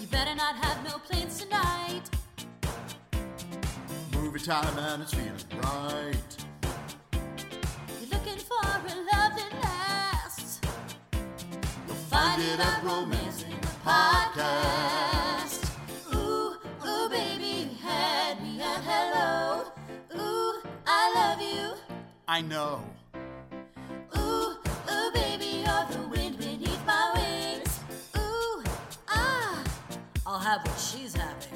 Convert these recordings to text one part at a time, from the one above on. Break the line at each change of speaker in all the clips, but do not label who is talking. You better not have no plans tonight.
Movie time and it's feeling right.
You're looking for a love that lasts.
You'll find it at Romance in the Podcast.
Ooh, ooh, baby, you had me at hello. Ooh, I love you.
I know.
Ooh, ooh, baby, you're the wind beneath my wings. Ooh, ah, I'll have what she's having.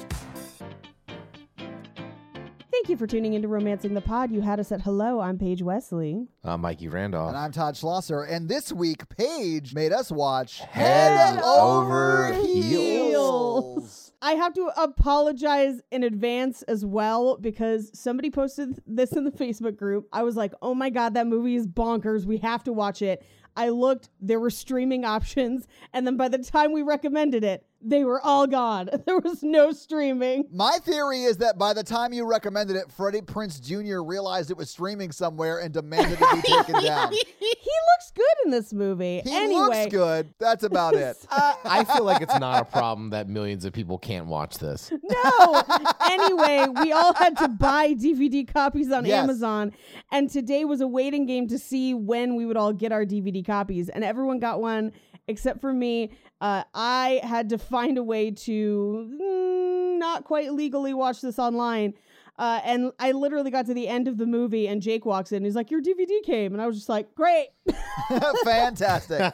Thank you for tuning into Romancing the Pod. You had us at hello. I'm Paige Wesley.
I'm Uh, Mikey Randolph.
And I'm Todd Schlosser. And this week, Paige made us watch
Head Over
Heels. I have to apologize in advance as well because somebody posted this in the Facebook group. I was like, oh my God, that movie is bonkers. We have to watch it. I looked, there were streaming options. And then by the time we recommended it, they were all gone. There was no streaming.
My theory is that by the time you recommended it, Freddie Prince Jr. realized it was streaming somewhere and demanded to be taken down.
He looks good in this movie.
He
anyway,
looks good. That's about it.
I feel like it's not a problem that millions of people can't watch this.
No. anyway, we all had to buy DVD copies on
Yes.
Amazon, and today was a waiting game to see when we would all get our DVD copies, and everyone got one except for me. Uh, I had to find a way to mm, not quite legally watch this online. Uh, and I literally got to the end of the movie, and Jake walks in. And he's like, "Your DVD came," and I was just like, "Great!"
Fantastic.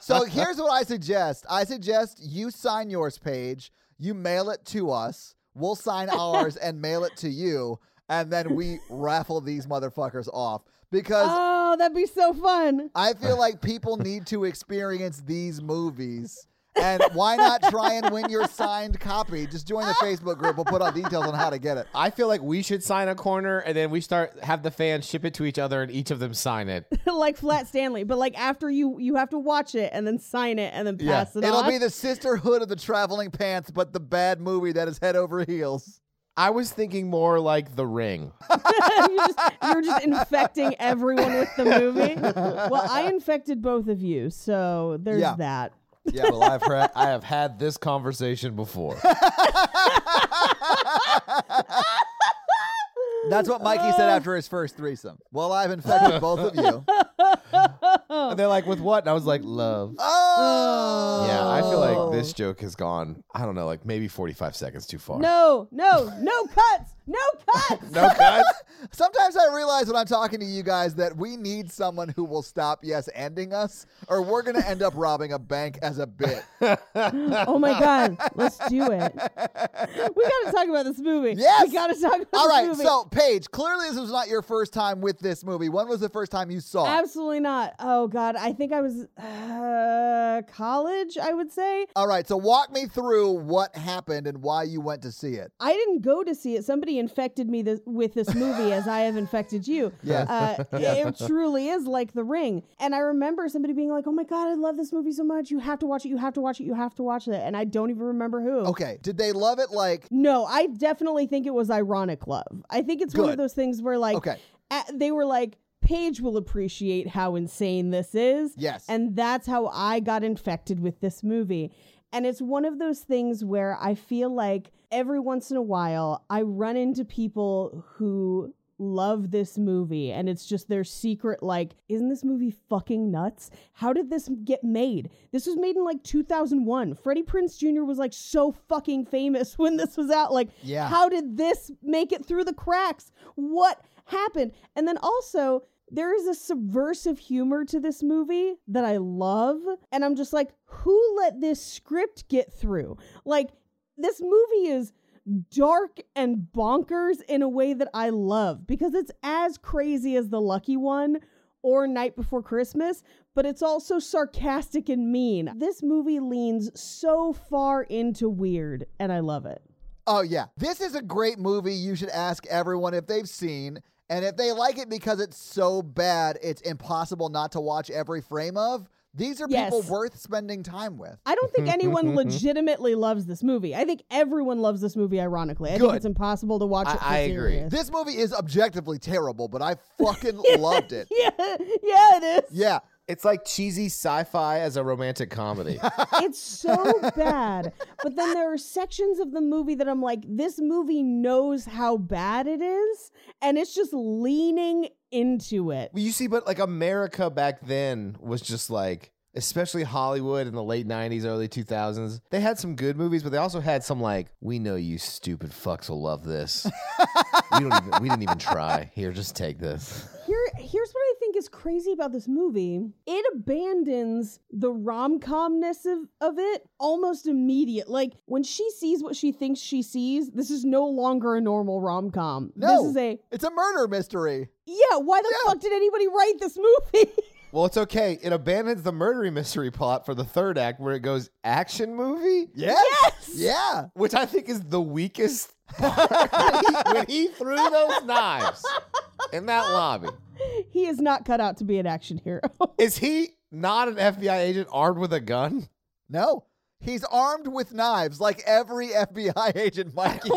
so here's what I suggest I suggest you sign yours, Paige. You mail it to us. We'll sign ours and mail it to you. And then we raffle these motherfuckers off. Because
Oh, that'd be so fun.
I feel like people need to experience these movies. And why not try and win your signed copy? Just join the Facebook group. We'll put out details on how to get it.
I feel like we should sign a corner and then we start have the fans ship it to each other and each of them sign it.
like Flat Stanley, but like after you, you have to watch it and then sign it and then
Yeah.
pass it
It'll
off.
be the sisterhood of the traveling pants, but the bad movie that is head over heels.
I was thinking more like The Ring.
you just, you're just infecting everyone with the movie. Well, I infected both of you, so there's
Yeah.
that.
Yeah, well, I've had, I have had this conversation before.
That's what Mikey said after his first threesome. Well, I've infected both of you.
And they're like, "With what?" And I was like, "Love."
Oh,
Yeah, I feel like this joke has gone. I don't know, like maybe forty-five seconds too far.
No, no, no cuts, no cuts.
no cuts.
Sometimes I realize when I'm talking to you guys that we need someone who will stop yes ending us, or we're gonna end up robbing a bank as a bit.
Oh my god, let's do it. We got to talk about this movie.
Yes!
we got to talk about
All
this
right,
movie.
so Paige, clearly this was not your first time with this movie. When was the first time you saw it?
Absolutely not. Oh God, I think I was uh, college. I would say
All right, so walk me through what happened and why you went to see it.
I didn't go to see it. Somebody infected me this, with this movie as I have infected you.
Yes.
Uh, It truly is like The Ring. And I remember somebody being like, oh my God, I love this movie so much. You have to watch it. You have to watch it. You have to watch it. And I don't even remember who.
Okay, did they love it like
No, I definitely think it was ironic love. I think it's one of
Good.
those things where, like,
Okay.
a- they were like, Paige will appreciate how insane this is.
Yes.
And that's how I got infected with this movie. And it's one of those things where I feel like every once in a while I run into people who love this movie and it's just their secret like isn't this movie fucking nuts how did this get made this was made in like 2001 freddie prince jr was like so fucking famous when this was out like
Yeah.
how did this make it through the cracks what happened and then also there is a subversive humor to this movie that I love. And I'm just like, who let this script get through? Like, this movie is dark and bonkers in a way that I love because it's as crazy as The Lucky One or Night Before Christmas, but it's also sarcastic and mean. This movie leans so far into weird, and I love it.
Oh yeah. This is a great movie you should ask everyone if they've seen and if they like it because it's so bad it's impossible not to watch every frame of. These are people
Yes.
worth spending time with.
I don't think anyone legitimately loves this movie. I think everyone loves this movie, ironically. I think
Good.
it's impossible to watch
I-
it. for
I agree.
serious.
This movie is objectively terrible, but I fucking loved it.
Yeah, yeah, it is.
Yeah.
It's like cheesy sci-fi as a romantic comedy.
It's so bad. But then there are sections of the movie that I'm like, this movie knows how bad it is, and it's just leaning into it.
Well, you see, but like America back then was just like, especially Hollywood in the late 90s, early 2000s, they had some good movies, but they also had some like, we know you stupid fucks will love this. we, don't even, we didn't even try. Here, just take this.
Here, here's what I think is crazy about this movie. It abandons the rom comness of, of it almost immediate. Like when she sees what she thinks she sees, this is no longer a normal rom com.
No.
This is a
It's a murder mystery.
yeah. Why the
Yeah.
fuck did anybody write this movie?
Well, it's okay. It abandons the murder mystery plot for the third act where it goes action movie.
Yes. Yeah.
Which I think is the weakest part when he threw those knives in that lobby.
he is not cut out to be an action hero.
Is he not an FBI agent armed with a gun?
No. He's armed with knives like every FBI agent, Mikey.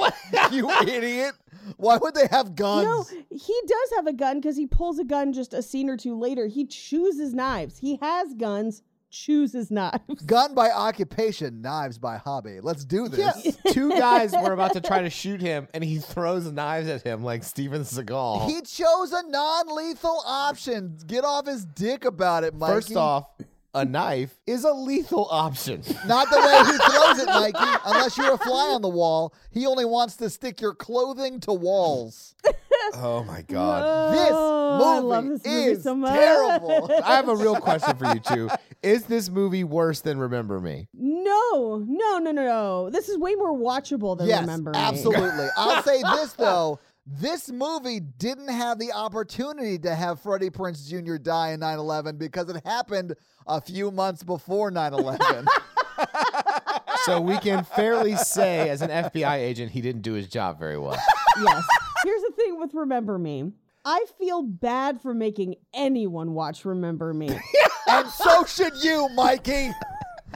you idiot. Why would they have
no,
guns?
he does have a gun because he pulls a gun just a scene or two later. He chooses knives. He has guns. Chooses knives.
Gun by occupation, knives by hobby. Let's do this.
Two guys were about to try to shoot him, and he throws knives at him like Steven Seagal.
He chose a non-lethal option. Get off his dick about it, Mikey.
First off, a knife is a lethal option.
not the way he throws it, Mikey. Unless you're a fly on the wall, he only wants to stick your clothing to walls.
oh my god.
This movie
Oh, I love this movie
is
so much.
terrible.
I have a real question for you two. Is this movie worse than Remember Me?
No, no, no, no, no. This is way more watchable than
yes,
remember. Me.
absolutely. I'll say this though. This movie didn't have the opportunity to have Freddie Prince Jr. die in 9 11 because it happened a few months before 9 11.
So we can fairly say, as an FBI agent, he didn't do his job very well.
yes. Here's the thing with Remember Me. I feel bad for making anyone watch Remember Me.
and so should you, Mikey.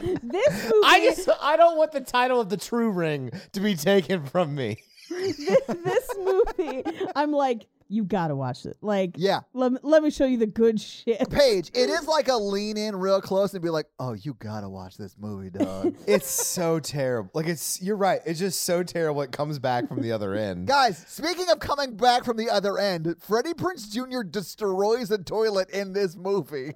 This movie,
I just I don't want the title of the True Ring to be taken from me.
this movie, I'm like, you gotta watch it. Like,
Yeah.
let me, let me show you the good shit.
Paige, it is like a lean in real close and be like, oh, you gotta watch this movie, dog.
It's so terrible. Like it's you're right. It's just so terrible. It comes back from the other end.
Guys, speaking of coming back from the other end, Freddie Prince Jr. destroys a toilet in this movie.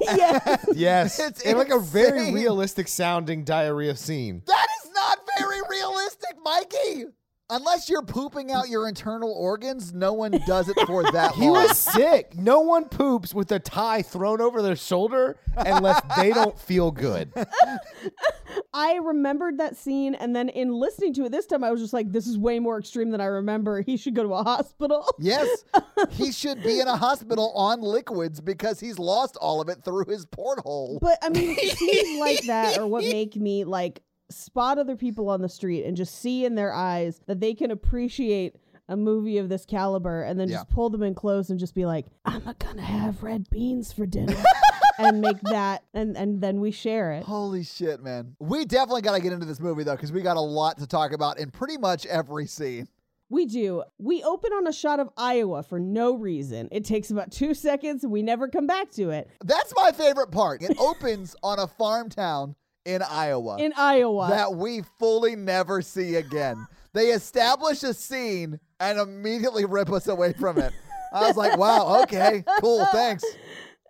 yes.
Yes,
It's
it's like a very
insane.
realistic sounding diarrhea scene.
That is not very realistic, Mikey. Unless you're pooping out your internal organs, no one does it for that
He
long.
was sick. No one poops with a tie thrown over their shoulder unless they don't feel good.
I remembered that scene, and then in listening to it this time, I was just like, this is way more extreme than I remember. He should go to a hospital.
Yes, he should be in a hospital on liquids because he's lost all of it through his porthole.
But I mean, scenes like that are what make me like spot other people on the street and just see in their eyes that they can appreciate a movie of this caliber and then just pull them in close and just be like, I'm gonna have red beans for dinner and make that and, and then we share it.
Holy shit, man. We definitely got to get into this movie, though, because we got a lot to talk about in pretty much every scene.
We do. We open on a shot of Iowa for no reason. It takes about two seconds and we never come back to it.
That's my favorite part. It opens on a farm town in Iowa
In Iowa.
that we fully never see again. They establish a scene and immediately rip us away from it. I was like, wow, okay, cool, thanks.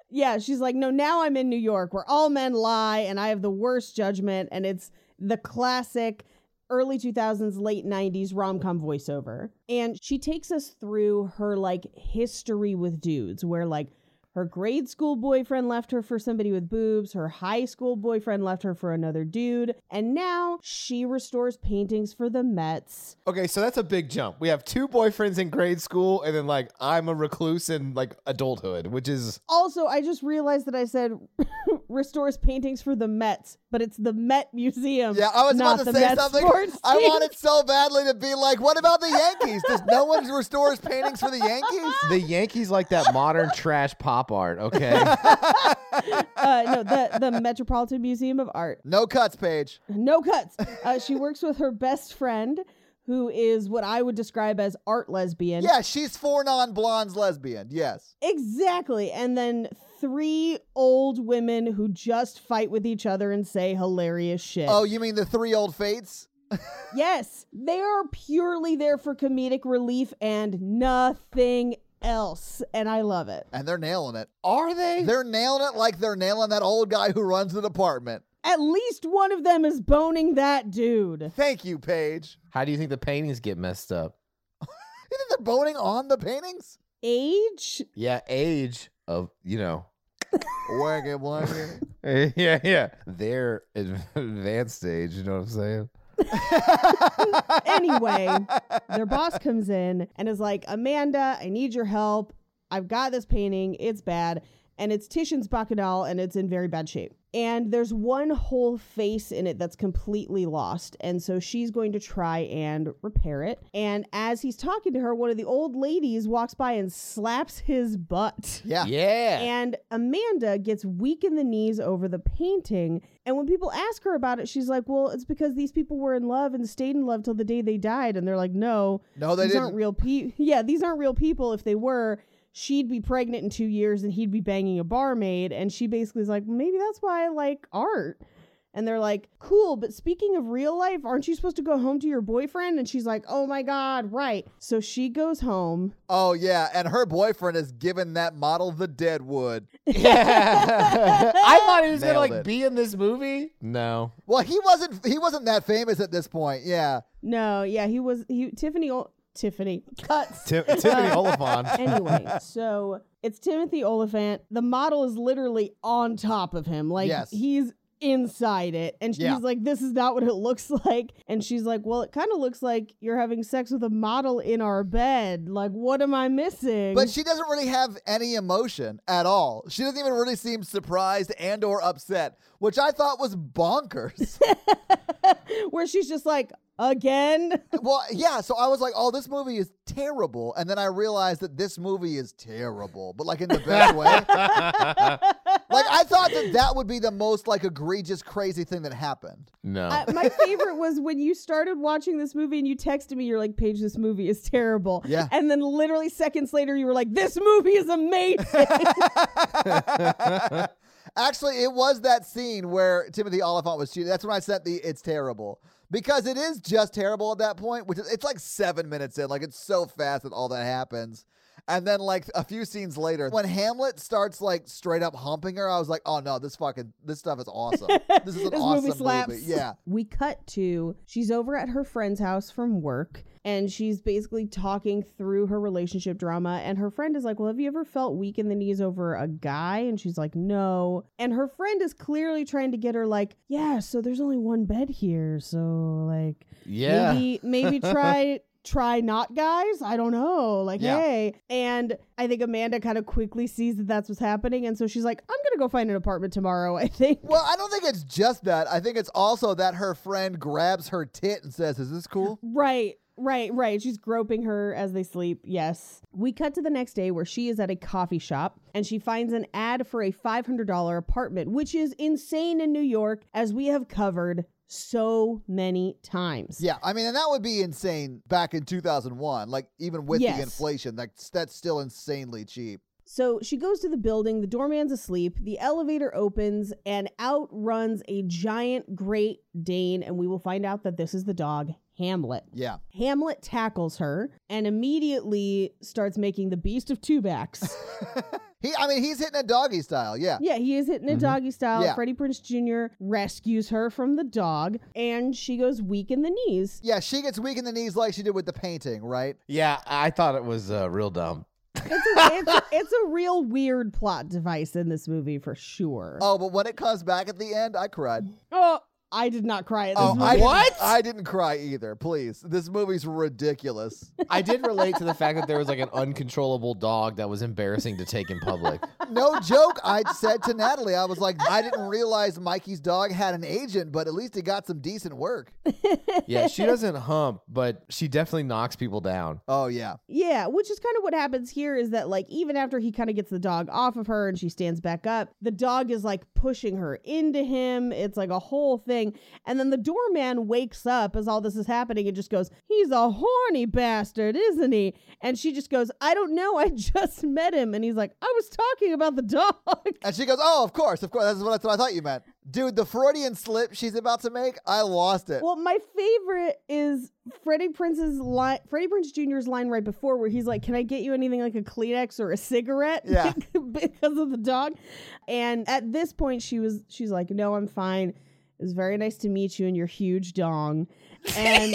Yeah, she's like, no, now I'm in New York where all men lie and I have the worst judgment. And it's the classic early 2000s, late 90s rom com voiceover. And she takes us through her like history with dudes where like, Her grade school boyfriend left her for somebody with boobs. Her high school boyfriend left her for another dude. And now she restores paintings for the Mets.
Okay, so that's a big jump. We have two boyfriends in grade school, and then like I'm a recluse in like adulthood, which is
Also, I just realized that I said restores paintings for the Mets, but it's the Met Museum.
Yeah, I was
not
about to
the
say
Mets
something.
sports
I
team.
wanted so badly to be like, what about the Yankees? Does no one restores paintings for the Yankees?
the Yankees like that modern trash pop art. Okay,
uh, no, the, the Metropolitan Museum of Art.
No cuts, Paige.
No cuts. Uh, she works with her best friend, who is what I would describe as art lesbian.
Yeah, she's four non blondes lesbian. Yes.
Exactly. And then three old women who just fight with each other and say hilarious shit.
Oh, you mean the three old fates?
yes. They are purely there for comedic relief and nothing else. And I love it.
And they're nailing it.
are they?
They're nailing it like they're nailing that old guy who runs the department.
At least one of them is boning that dude.
Thank you, Paige.
How do you think the paintings get messed up?
You think they're boning on the paintings?
Age?
Yeah, age of you know.
Waggy, waggy.
Yeah, yeah. Their advanced age, you know what I'm saying?
Anyway, their boss comes in and is like, Amanda, I need your help. I've got this painting. It's bad. And it's Titian's Bacchanal and it's in very bad shape. And there's one whole face in it that's completely lost. And so she's going to try and repair it. And as he's talking to her, one of the old ladies walks by and slaps his butt.
yeah.
Yeah.
And Amanda gets weak in the knees over the painting. And when people ask her about it, she's like, Well, it's because these people were in love and stayed in love till the day they died. And they're like, No,
No, they
these aren't
didn't."
real people. Yeah, these aren't real people. If they were, she'd be pregnant in two years and he'd be banging a barmaid. And she basically is like, Maybe that's why I like art. And they're like, cool, but speaking of real life, aren't you supposed to go home to your boyfriend? And she's like, oh my God, right. So she goes home
Oh, yeah. And her boyfriend has given that model the Deadwood.
Yeah. I thought he was gonna
Nailed
like
it.
be in this movie. No.
Well, he wasn't. He wasn't that famous at this point. Yeah.
No, yeah, he was he Tiffany Ol- Tiffany cuts.
Tim- Tiffany Oliphant.
anyway, so it's Timothy Oliphant. The model is literally on top of him. Like
Yes.
he's inside it and she's
Yeah.
like this is not what it looks like and she's like well it kind of looks like you're having sex with a model in our bed like what am i missing
But she doesn't really have any emotion at all. She doesn't even really seem surprised and or upset, which I thought was bonkers.
where she's just like again
well, yeah, so I was like, "Oh, this movie is terrible." And then I realized that this movie is terrible, but like in the best way. like I thought that that would be the most like egregious crazy thing that happened.
No.
Uh, my favorite was when you started watching this movie and you texted me, you're like, Paige, this movie is terrible.
Yeah.
And then literally seconds later, you were like, this movie is amazing.
Actually, it was that scene where Timothy Oliphant was cheating. That's when I sent the "It's terrible" because it is just terrible at that point. Which is, it's like seven minutes in, like it's so fast that all that happens. And then like a few scenes later, when Hamlet starts like straight up humping her, I was like, "Oh no, this fucking this stuff is awesome. This is an
this
awesome
movie slaps.
Yeah,
We cut to she's over at her friend's house from work and she's basically talking through her relationship drama. And her friend is like, Well, have you ever felt weak in the knees over a guy? And she's like, No. And her friend is clearly trying to get her, like, Yeah, so there's only one bed here. So, like,
yeah.
Maybe maybe try try not guys. I don't know. Like
Yeah.
hey, and I think Amanda kind of quickly sees that that's what's happening, and so she's like, I'm gonna go find an apartment tomorrow. I think.
Well, I don't think it's just that. I think it's also that her friend grabs her tit and says, "Is this cool?"
Right. Right, right. She's groping her as they sleep. Yes. We cut to the next day where she is at a coffee shop and she finds an ad for a $500 apartment, which is insane in New York, as we have covered so many times.
Yeah, I mean, and that would be insane back in 2001. Like, even with
Yes.
the inflation, that's that's still insanely cheap.
So she goes to the building, the doorman's asleep, the elevator opens, and out runs a giant Great Dane, and we will find out that this is the dog, Hamlet.
Yeah.
Hamlet tackles her and immediately starts making the beast of two backs.
He, I mean, he's hitting a doggy style. Yeah.
yeah, he is hitting a doggy style.
Uh, mm-hmm. Yeah.
Freddie Prince Jr. rescues her from the dog, and she goes weak in the knees.
Yeah, she gets weak in the knees like she did with the painting, right?
yeah, I thought it was uh, real dumb.
It's a, it's, it's a real weird plot device in this movie for sure.
Oh, but when it comes back at the end, I cried.
Oh, I did not cry at this
Oh,
movie.
I
What?
Didn't, I didn't cry either. Please, this movie's ridiculous.
I did relate to the fact that there was like an uncontrollable dog that was embarrassing to take in public.
No joke. I said to Natalie, I was like, I didn't realize Mikey's dog had an agent, but at least it got some decent work.
Yeah, she doesn't hump, but she definitely knocks people down.
Oh yeah.
Yeah, which is kind of what happens here is that, like, even after he kind of gets the dog off of her and she stands back up, the dog is like pushing her into him. It's like a whole thing. And then the doorman wakes up as all this is happening and just goes, He's a horny bastard, isn't he? And she just goes, I don't know. I just met him. And he's like, I was talking about the dog.
And she goes, "Oh, of course, of course. That's what, that's what I thought you meant, dude." The Freudian slip she's about to make, I lost it.
Well, my favorite is Freddie Prince's line, Freddie Prince Jr.'s line right before, where he's like, "Can I get you anything like a Kleenex or a cigarette?"
Yeah.
because of the dog. And at this point, she was, she's like, "No, I'm fine. It was very nice to meet you and your huge dong," and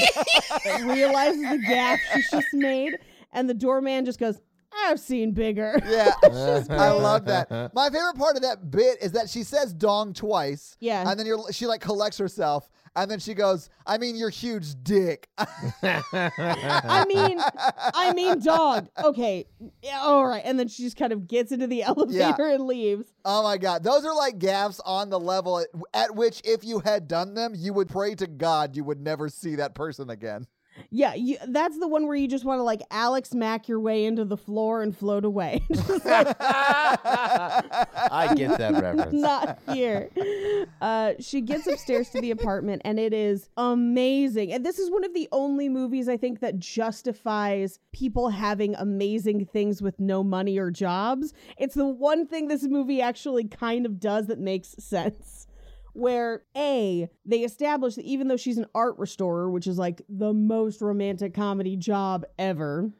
realizes the gap she's just made, and the doorman just goes, "I've seen bigger."
yeah, I love that. My favorite part of that bit is that she says "dong" twice.
Yeah.
and then you're, she like collects herself, and then she goes, "I mean, your huge dick."
I mean, I mean, dog. Okay, yeah, all right. And then she just kind of gets into the elevator and leaves.
Oh my God. Those are like gaffes on the level at, at which, if you had done them, you would pray to God you would never see that person again.
Yeah, you, that's the one where you just want to like Alex Mack your way into the floor and float away. Just like,
I get that reference.
not here. Uh, she gets upstairs to the apartment and it is amazing. And this is one of the only movies I think that justifies people having amazing things with no money or jobs. It's the one thing this movie actually kind of does that makes sense. Where A, they establish that even though she's an art restorer, which is like the most romantic comedy job ever,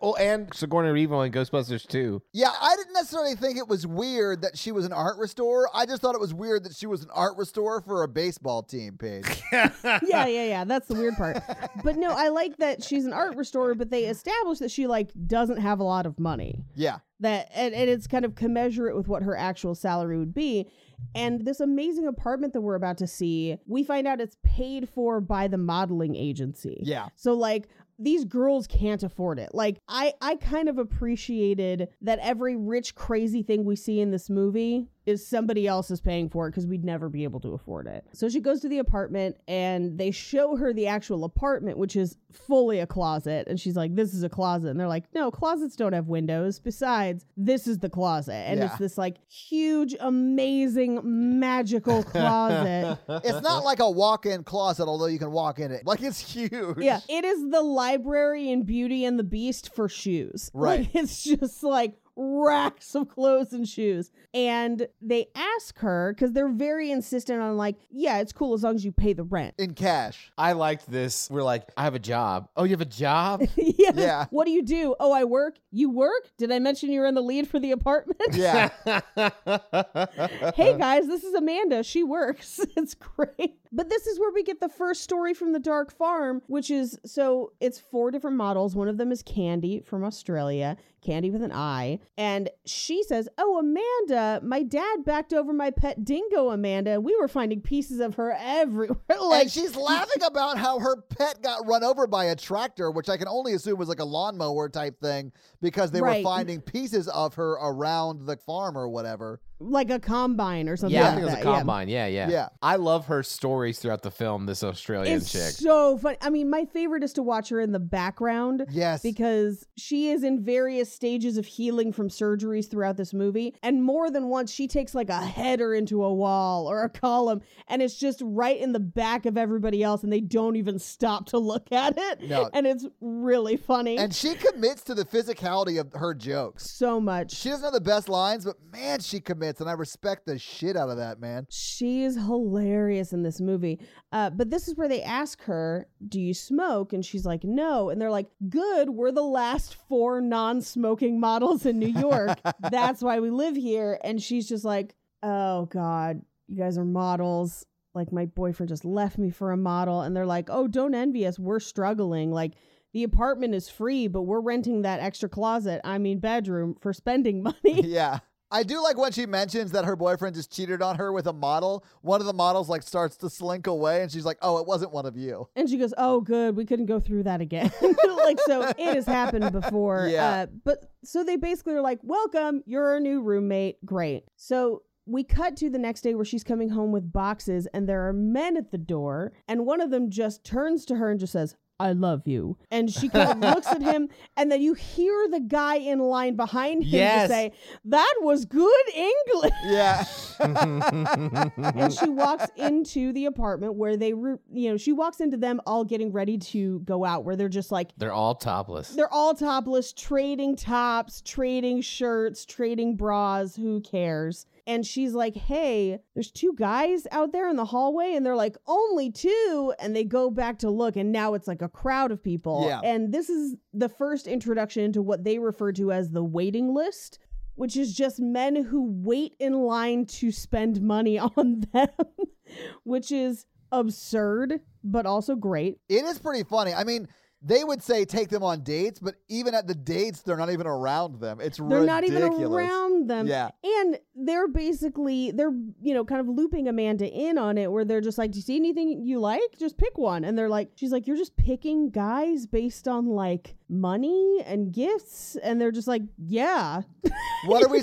oh, and Sigourney Weaver in Ghostbusters 2.
Yeah, I didn't necessarily think it was weird that she was an art restorer. I just thought it was weird that she was an art restorer for a baseball team, Paige.
yeah, yeah, yeah. That's the weird part. But no, I like that she's an art restorer, but they establish that she like doesn't have a lot of money.
yeah.
That and, and it's kind of commensurate with what her actual salary would be. And this amazing apartment that we're about to see, we find out it's paid for by the modeling agency.
Yeah.
So like these girls can't afford it. Like I I kind of appreciated that every rich crazy thing we see in this movie is somebody else is paying for it cuz we'd never be able to afford it. So she goes to the apartment and they show her the actual apartment which is fully a closet and she's like this is a closet and they're like no closets don't have windows besides this is the closet and
Yeah.
it's this like huge amazing magical closet.
It's not like a walk in closet, although you can walk in it. Like, it's huge.
Yeah, it is the library in Beauty and the Beast for shoes.
Right.
Like, it's just like racks of clothes and shoes. And they ask her because they're very insistent on like, yeah, it's cool as long as you pay the rent.
In cash.
I liked this. We're like, I have a job. Oh, you have a job?
yeah.
Yeah.
What do you do? Oh, I work. You work? Did I mention you're in the lead for the apartment?
Yeah.
Uh,
hey guys, this is Amanda. She works. It's great. But this is where we get the first story from the Dark Farm, which is so it's four different models. One of them is Candy from Australia, Candy with an I. And she says, Oh, Amanda, my dad backed over my pet dingo, Amanda, and we were finding pieces of her everywhere. like,
and she's laughing about how her pet got run over by a tractor, which I can only assume was like a lawnmower type thing because they
Right.
were finding pieces of her around the farm or whatever.
like a combine or something
Yeah, I
like
think it was
that.
a combine. Yeah. yeah,
Yeah.
I love her stories throughout the film, this Australian
It's
chick.
so funny. I mean, my favorite is to watch her in the background.
Yes.
Because she is in various stages of healing from surgeries throughout this movie. And more than once, she takes like a header into a wall or a column, and it's just right in the back of everybody else, and they don't even stop to look at it.
No.
And it's really funny.
And she commits to the physicality of her jokes.
so much.
She doesn't have the best lines, but man, she commits, and I respect the shit out of that, man.
She's hilarious in this movie. Uh, but this is where they ask her, Do you smoke? And she's like, No. And they're like, Good. We're the last four non smoking models in New York. That's why we live here. And she's just like, Oh, God, you guys are models. Like, my boyfriend just left me for a model. And they're like, Oh, don't envy us. We're struggling. Like, the apartment is free, but we're renting that extra closet, I mean bedroom, for spending money.
yeah. I do like when she mentions that her boyfriend just cheated on her with a model. One of the models like starts to slink away and she's like, "Oh, it wasn't one of you."
And she goes, "Oh, good, we couldn't go through that again." like so, it has happened before.
Yeah.
Uh, but so they basically are like, "Welcome, you're our new roommate. Great." So we cut to the next day where she's coming home with boxes, and there are men at the door, and one of them just turns to her and just says. I love you. And she kind of looks at him, and then you hear the guy in line behind him
Yes.
to say, That was good English
Yeah.
and she walks into the apartment where they, re- you know, she walks into them all getting ready to go out, where they're just like,
They're all topless.
they're all topless, trading tops, trading shirts, trading bras, who cares? And she's like, hey, there's two guys out there in the hallway. And they're like, only two. And they go back to look. And now it's like a crowd of people.
Yeah.
And this is the first introduction to what they refer to as the waiting list, which is just men who wait in line to spend money on them, which is absurd, but also great.
It is pretty funny. I mean, they would say take them on dates, but even at the dates, they're not even around them. It's
they're
ridiculous.
not even around them
Yeah.
and they're basically they're you know kind of looping amanda in on it where they're just like do you see anything you like just pick one and they're like she's like you're just picking guys based on like money and gifts and they're just like yeah
What are we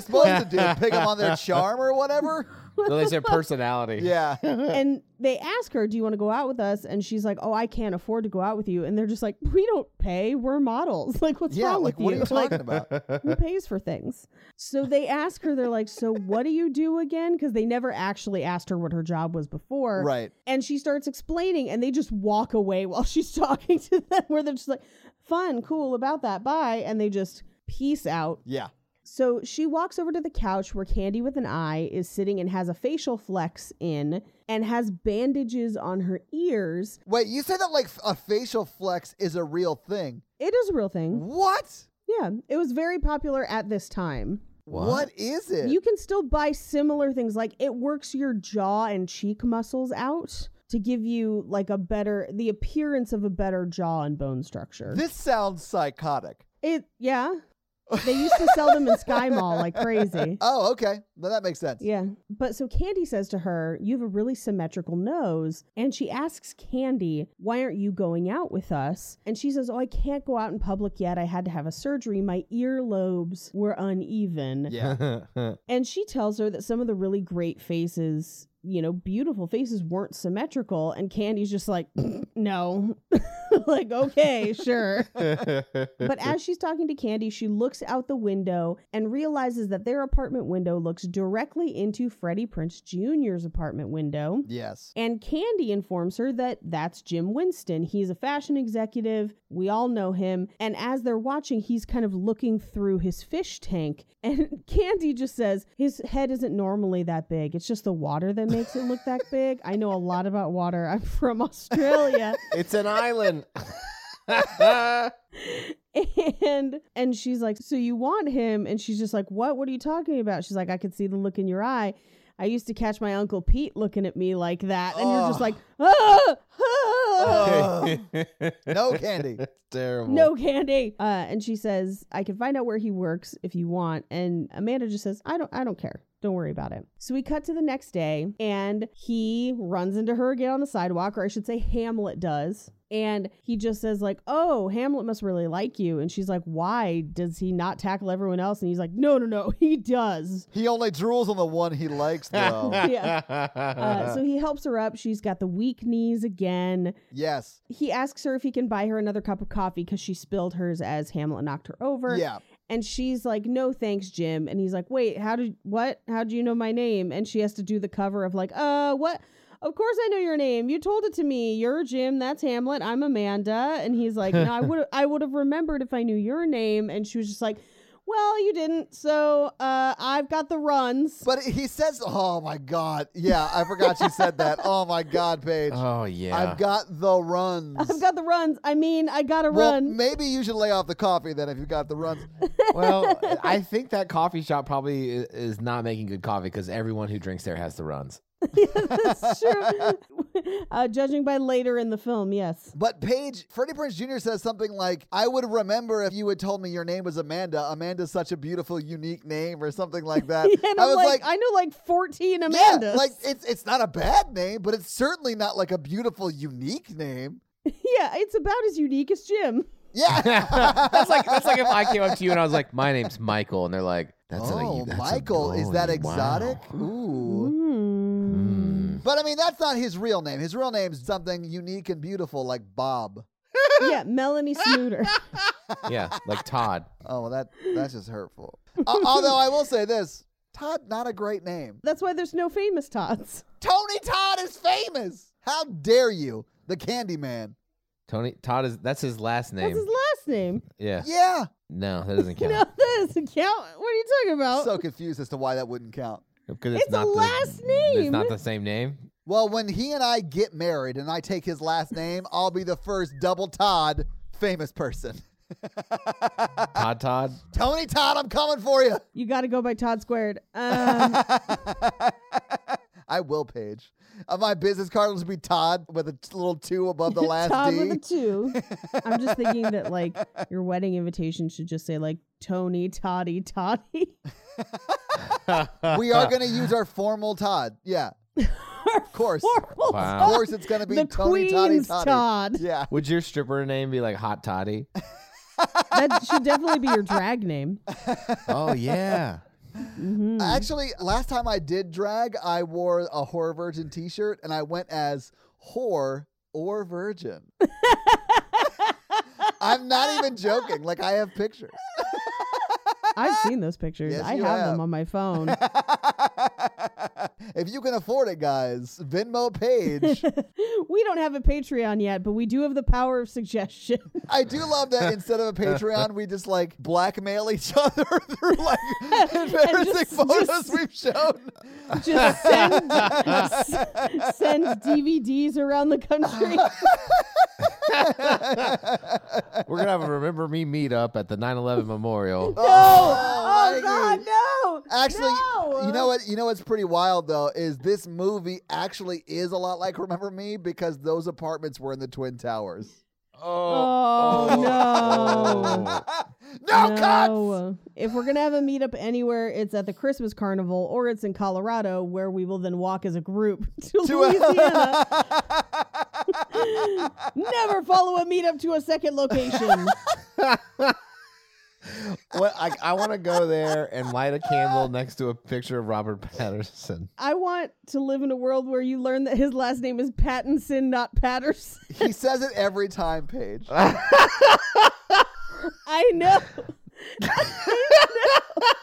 supposed to do? Pick them on their charm or whatever?
no, they said personality.
Yeah.
and they ask her do you want to go out with us and she's like oh i can't afford to go out with you and they're just like we don't pay we're models like what's
Yeah,
wrong
like
with
what are you
you Like,
talking about?
who pays for things? So they ask her, they're like, So what do you do again? Because they never actually asked her what her job was before.
Right.
And she starts explaining, and they just walk away while she's talking to them, where they're just like, Fun, cool about that, bye. And they just peace out.
Yeah.
So she walks over to the couch where Candy with an eye is sitting and has a facial flex in and has bandages on her ears.
Wait, you said that like f- a facial flex is a real thing.
It is a real
Mm-hmm.
thing.
What?
Yeah, it was very popular at this time.
what is it?
You can still buy similar things. Like it works your jaw and cheek muscles out to give you like a better the appearance of a better jaw and bone structure.
this sounds psychotic.
it yeah. They used to sell them in Sky Mall like crazy.
Oh, okay. Well, that makes sense.
Yeah. But so Candy says to her, You have a really symmetrical nose. And she asks Candy, Why aren't you going out with us? And she says, Oh, I can't go out in public yet. I had to have a surgery. My earlobes were uneven. And she tells her that some of the really great faces, you know, beautiful faces weren't symmetrical. And Candy's just like, no. like, okay, sure. but as she's talking to Candy, she looks out the window and realizes that their apartment window looks directly into Freddie Prince Jr.'s apartment window.
Yes.
And Candy informs her that that's Jim Winston. He's a fashion executive. We all know him. And as they're watching, he's kind of looking through his fish tank. And Candy just says, his head isn't normally that big. It's just the water that makes it look that big. I know a lot about water. I'm from Australia.
It's an island.
and and she's like so you want him and she's just like what what are you talking about she's like i could see the look in your eye i used to catch my uncle pete looking at me like that and you're just like ah, ah."
No candy.
Terrible.
no candy uh, and she says i can find out where he works if you want and amanda just says i don't i don't care don't worry about it. So we cut to the next day, and he runs into her again on the sidewalk, or I should say, Hamlet does. And he just says, like, oh, Hamlet must really like you. And she's like, why does he not tackle everyone else? And he's like, no, no, no, he does.
He only drools on the one he likes, though.
Yeah.
Uh-huh.
Uh, so he helps her up. She's got the weak knees again.
yes.
He asks her if he can buy her another cup of coffee because she spilled hers as Hamlet knocked her over.
Yeah.
And she's like, "No, thanks, Jim." And he's like, "Wait, how did what? How do you know my name?" And she has to do the cover of like, "Uh, what? Of course I know your name. You told it to me. You're Jim. That's Hamlet. I'm Amanda." And he's like, "No, I would I would have remembered if I knew your name." And she was just like, "Well, you didn't. So, uh, I've got the runs."
But he says, oh my God. Yeah, I forgot you said that. Oh my God, Paige.
oh yeah.
I've got the runs.
I've got the runs. I mean, I got to
well,
run.
maybe you should lay off the coffee then if you got the runs.
well, I think that coffee shop probably i- is not making good coffee because everyone who drinks there has the runs.
That's true. uh, judging by later in the film, yes.
But Paige, Freddie Prince Jr. says something like, I would remember if you had told me your name was Amanda. Amanda's such a beautiful, unique name, or something like that.
And I'm like, I know like 14
yeah,
Amandas.
like it's it's not a bad name, but it's certainly not like a beautiful, unique name.
yeah, it's about as unique as Jim.
Yeah.
that's like that's like if I came up to you and I was like, "My name's Michael," and they're like, "That's a-
oh,
that's a
Michael, is that
goalie. Wow." Hmm.
exotic?
Mm-hmm.
Ooh. But I mean, that's not his real name. His real name's something unique and beautiful, like Bob.
yeah, Melanie Snooter.
Yeah, like Todd.
Oh, well, that that's just hurtful. Al- although I will say this, Todd, not a great name.
That's why there's no famous Tots.
Tony Todd is famous. How dare you, the Candyman?
Tony Todd is that's his last name.
That's his last name.
yeah.
Yeah.
No, that doesn't count.
No, that doesn't count. What are you talking about?
So confused as to why that wouldn't count.
'Cause
It's a last
It's
name.
not the same name.
Well, when he and I get married and I take his last name, I'll be the first double Todd famous person.
Todd Todd.
Tony Todd, I'm coming for you.
you got to go by Todd Squared. Um,
I will, Paige. Uh, my business card will just be Todd with a t- little two above the last
Todd
D.
with a two. I'm just thinking that like your wedding invitation should just say like Tony Toddy Toddy.
we are going to use our formal Todd. Yeah. Of course.
Horrible
Wow.
Of course, it's going to be
the
Tony Toddy
Queen's
Toddy.
Todd.
Yeah.
Would your stripper name be like Hot Toddy?
That should definitely be your drag name.
oh yeah.
Hmm.
Actually, last time I did drag, I wore a whore virgin t shirt and I went as whore or virgin. I'm not even joking. Like, I have pictures.
I've seen those pictures.
Yes,
I
you
have,
have.
them on my phone.
if you can afford it, guys, Venmo page.
we don't have a Patreon yet, but we do have the power of suggestion.
I do love that instead of a Patreon, we just like blackmail each other through like embarrassing
just-
photos
just-
we've shown.
Just send s- send DVDs around the country.
We're gonna have a remember me meetup at the 9/11 memorial.
No!
Oh God, no!
Actually,
No!
you know what? You know what's pretty wild though is this movie actually is a lot like Remember Me because those apartments were in the Twin Towers.
Oh no!
No, cuts.
No. If we're gonna have a meetup anywhere, it's at the Christmas Carnival or it's in Colorado, where we will then walk as a group to Louisiana. Never follow a meetup to a second location.
What I, I want to go there and light a candle next to a picture of Robert Patterson.
I want to live in a world where you learn that his last name is Pattinson, not Patterson.
He says it every time, Paige.
I know.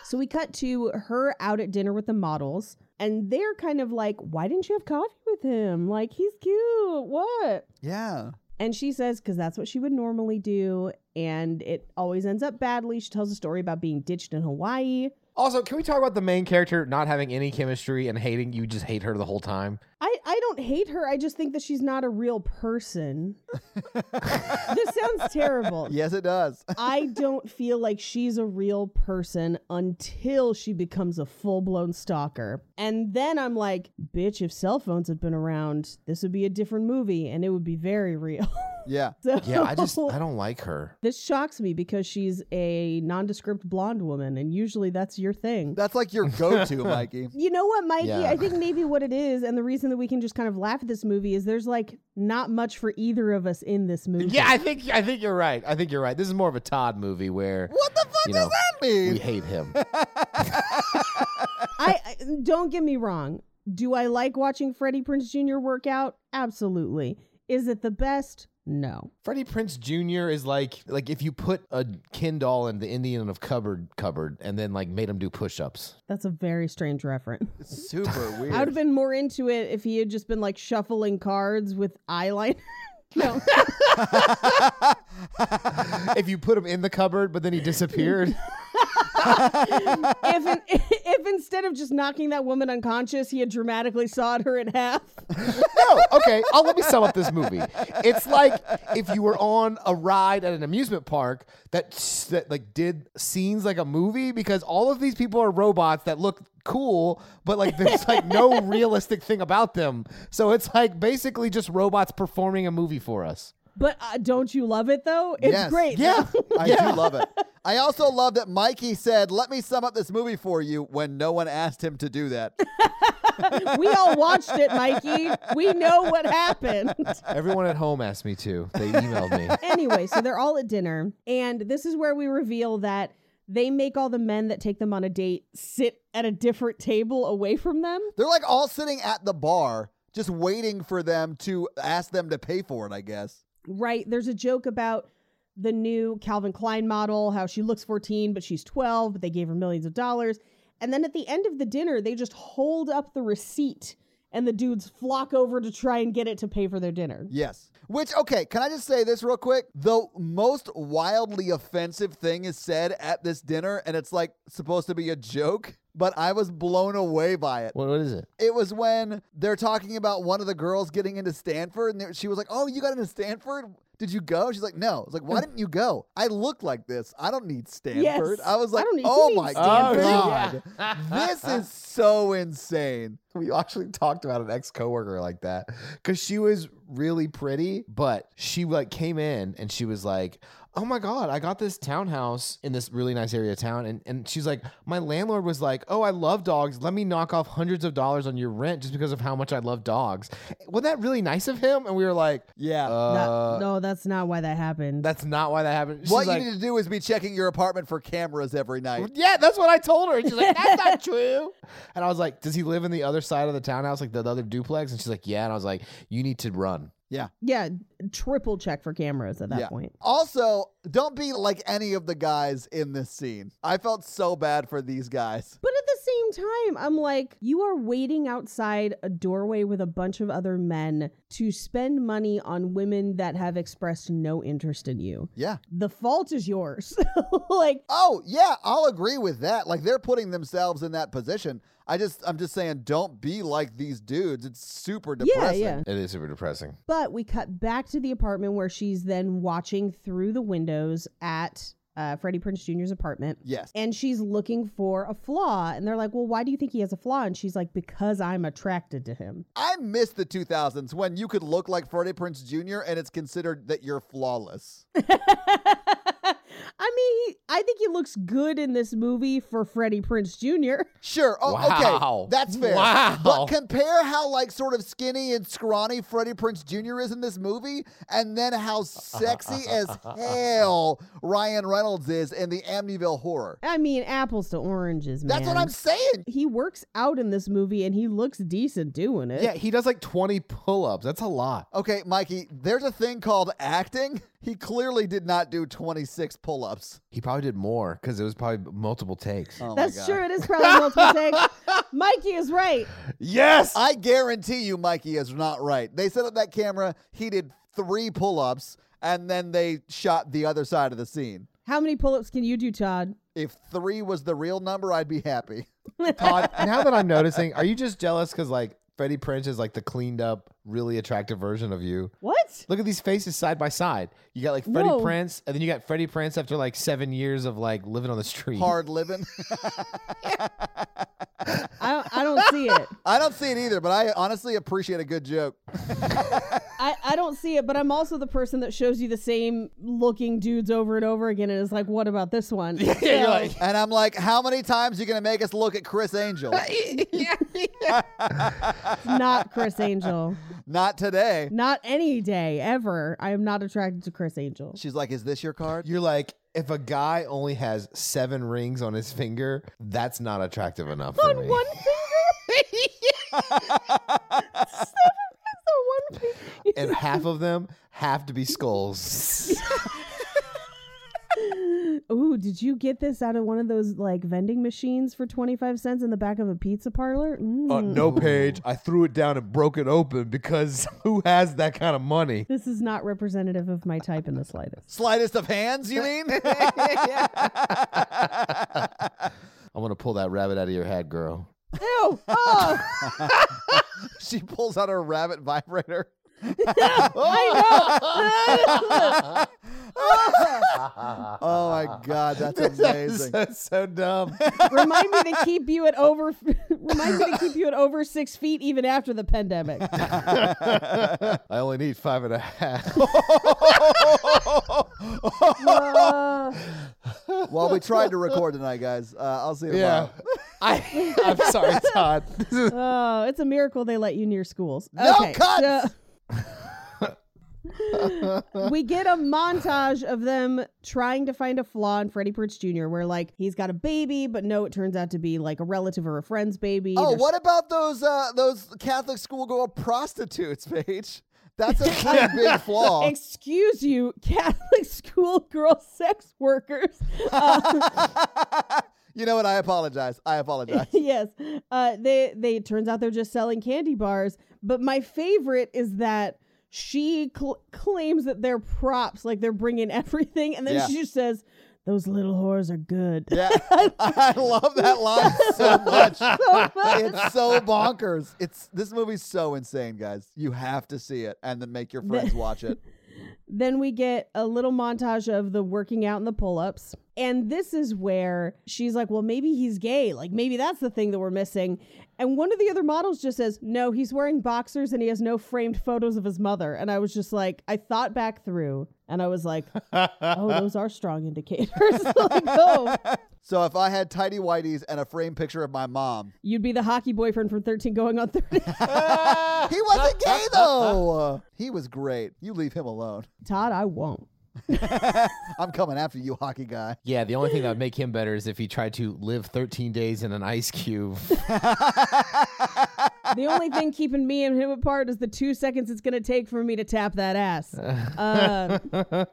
so we cut to her out at dinner with the models, and they're kind of like, Why didn't you have coffee with him? Like, he's cute. What?
yeah.
And she says, because that's what she would normally do. And it always ends up badly. She tells a story about being ditched in Hawaii.
Also, can we talk about the main character not having any chemistry and hating you just hate her the whole time?
I, I don't hate her. I just think that she's not a real person. this sounds terrible.
Yes, it does.
I don't feel like she's a real person until she becomes a full blown stalker. And then I'm like, bitch, if cell phones had been around, this would be a different movie and it would be very real.
yeah.
So-
Yeah, I just I don't like her.
This shocks me because she's a nondescript blonde woman, and usually that's your thing.
That's like your go-to, Mikey.
You know what, Mikey?
Yeah.
I think maybe what it is, and the reason that we can just kind of laugh at this movie is there's like not much for either of us in this movie.
Yeah, I think I think you're right. I think you're right. This is more of a Todd movie where
What the fuck
You
does
know,
that mean?
we hate him.
I, I don't get me wrong. Do I like watching Freddie Prince Jr. work out? Absolutely. Is it the best? No.
Freddie Prince Jr. is like like if you put a Ken doll in the Indian of cupboard cupboard and then like made him do push-ups.
That's a very strange reference.
It's super
I would have
weird.
been more into it if he had just been like shuffling cards with eyeliner. no.
if you put him in the cupboard, but then he disappeared.
if, in, if instead of just knocking that woman unconscious, he had dramatically sawed her in half.
no, okay. I'll let me sum up this movie. It's like if you were on a ride at an amusement park that that like did scenes like a movie because all of these people are robots that look cool, but like there's like no realistic thing about them. So it's like basically just robots performing a movie for us.
But uh, don't you love it though? It's
Yes.
great.
Yeah.
I
Yeah.
do love it. I also love that Mikey said, "Let me sum up this movie for you" when no one asked him to do that.
we all watched it, Mikey. We know what happened.
Everyone at home asked me to. They emailed me.
anyway, so they're all at dinner, and this is where we reveal that they make all the men that take them on a date sit at a different table away from them.
They're like all sitting at the bar, just waiting for them to ask them to pay for it. I guess.
Right? There's a joke about the new Calvin Klein model, how she looks 14, but she's 12, but they gave her millions of dollars. And then at the end of the dinner, they just hold up the receipt and the dudes flock over to try and get it to pay for their dinner.
Yes. Which okay, can I just say this real quick? The most wildly offensive thing is said at this dinner, and it's like supposed to be a joke, but I was blown away by it.
What, what is it?
It was when they're talking about one of the girls getting into Stanford, and there- she was like, "Oh, you got into Stanford? Did you go?" She's like, "No." It's like, "Why didn't you go? I look like this. I don't need Stanford." I was
I
like,
don't need-
"Oh
you need
my
Stanford."
god, this is so insane."
We actually talked about an ex coworker like that because she was really pretty, but she like came in and she was like, "Oh my god, I got this townhouse in this really nice area of town," and and she's like, "My landlord was like, oh, I love dogs. Let me knock off hundreds of dollars on your rent just because of how much I love dogs." Wasn't that really nice of him? And we were like,
Yeah.
uh,
That- no, that's not why that happened.
that's not why that happened." She's
what
like,
you need to do is be checking your apartment for cameras every night.
yeah, that's what I told her. And she's like, that's not true. And I was like, does he live in the other side of the townhouse, like the other duplex? And she's like, yeah. And I was like, you need to run.
yeah, triple check for cameras at that
Yeah.
point.
Also, don't be like any of the guys in this scene. I felt so bad for these guys.
But at the same time, I'm like, you are waiting outside a doorway with a bunch of other men to spend money on women that have expressed no interest in you.
Yeah.
The fault is yours. like,
Oh, yeah, I'll agree with that. Like they're putting themselves in that position. I just I'm just saying don't be like these dudes. It's super
yeah,
depressing.
yeah.
It is super depressing.
But we cut back to the apartment where she's then watching through the windows at uh, Freddie Prince Jr.'s apartment.
Yes.
And she's looking for a flaw. And they're like, well, why do you think he has a flaw? And she's like, because I'm attracted to him.
I miss the 2000s when you could look like Freddie Prince Jr. and it's considered that you're flawless.
I mean, he, I think he looks good in this movie for Freddie Prince Jr.
Sure. Oh,
Wow.
okay. That's fair.
Wow.
But compare how like sort of skinny and scrawny Freddie Prince Jr. is in this movie, and then how sexy as hell Ryan Reynolds is in the Amityville horror.
I mean, apples to oranges, man.
That's what I'm saying.
He works out in this movie and he looks decent doing it.
Yeah, he does like 20 pull ups. That's a lot. Oh,
Okay, Mikey, there's a thing called acting. He clearly did not do 26 pull-ups.
He probably did more because it was probably multiple takes.
Oh my
That's
God.
true. It is probably multiple takes. Mikey is right.
Yes.
I guarantee you Mikey is not right. They set up that camera, he did 3 pull-ups, and then they shot the other side of the scene.
How many pull ups can you do, Todd?
If three was the real number, I'd be happy.
Todd, now that I'm noticing, are you just jealous because like Freddie Prince is like the cleaned up, really attractive version of you?
What?
Look at these faces side by side. You got like Freddie
Whoa.
Prince, and then you got Freddie Prince after like seven years of like living on the street.
Hard living.
I don't, I don't see it.
I don't see it either, but I honestly appreciate a good joke.
I, I don't see it, but I'm also the person that shows you the same looking dudes over and over again and is like, what about this one?
Yeah, you're
So-
like,
And I'm like, how many times you going to make us look at Chris Angel?
not Chris Angel.
not today.
Not any day ever. I am not attracted to Chris Angel.
She's like, is this your card?
You're like, if a guy only has seven rings on his finger, that's not attractive enough for me.
One finger? Seven rings on one finger.
and half of them have to be skulls.
Ooh, did you get this out of one of those like vending machines for 25 cents in the back of a pizza parlor? Mm.
Uh, no page. I threw it down and broke it open because who has that kind of money?
This is not representative of my type in the slightest.
Slightest of hands, you mean?
I'm gonna pull that rabbit out of your head, girl.
Ew! Oh,
she pulls out her rabbit vibrator.
I know!
Oh my god, that's amazing.
That's so dumb.
remind me to keep you at over. remind me to keep you at over six feet even after the pandemic.
I only need five and a half.
Uh,
well, we tried to record tonight, guys. Uh, I'll see you
yeah.
tomorrow.
I, I'm sorry, Todd. This is
oh, it's a miracle they let you near schools.
No
okay, so-
cuts!
we get a montage of them trying to find a flaw in Freddie Prinze Jr. Where like he's got a baby, but no, it turns out to be like a relative or a friend's baby.
Oh,
There's-
what about those uh, those Catholic schoolgirl prostitutes, Paige? That's a pretty big flaw.
Excuse you, Catholic school girl sex workers.
you know what? I apologize. I apologize.
yes. Uh, they they it turns out they're just selling candy bars. But my favorite is that she cl- claims that they're props, like they're bringing everything, and then
Yeah.
she just says, "Those little whores are good."
Yeah, I love that line so much. It's so bonkers. It's this movie's so insane, guys. You have to see it and then make your friends watch it.
Then we get a little montage of the working out and the pull ups. And this is where she's like, well, maybe he's gay. Like, maybe that's the thing that we're missing. And one of the other models just says, no, he's wearing boxers and he has no framed photos of his mother. And I was just like, I thought back through and I was like, oh, those are strong indicators. like, oh,
So if I had tidy whiteys and a framed picture of my mom,
you'd be the hockey boyfriend from 13 going on 30.
he wasn't gay though. He was great. You leave him alone.
Todd, I won't.
I'm coming after you, hockey guy.
Yeah, the only thing that would make him better is if he tried to live 13 days in an ice cube.
The only thing keeping me and him apart is the two seconds it's going to take for me to tap that ass. Uh,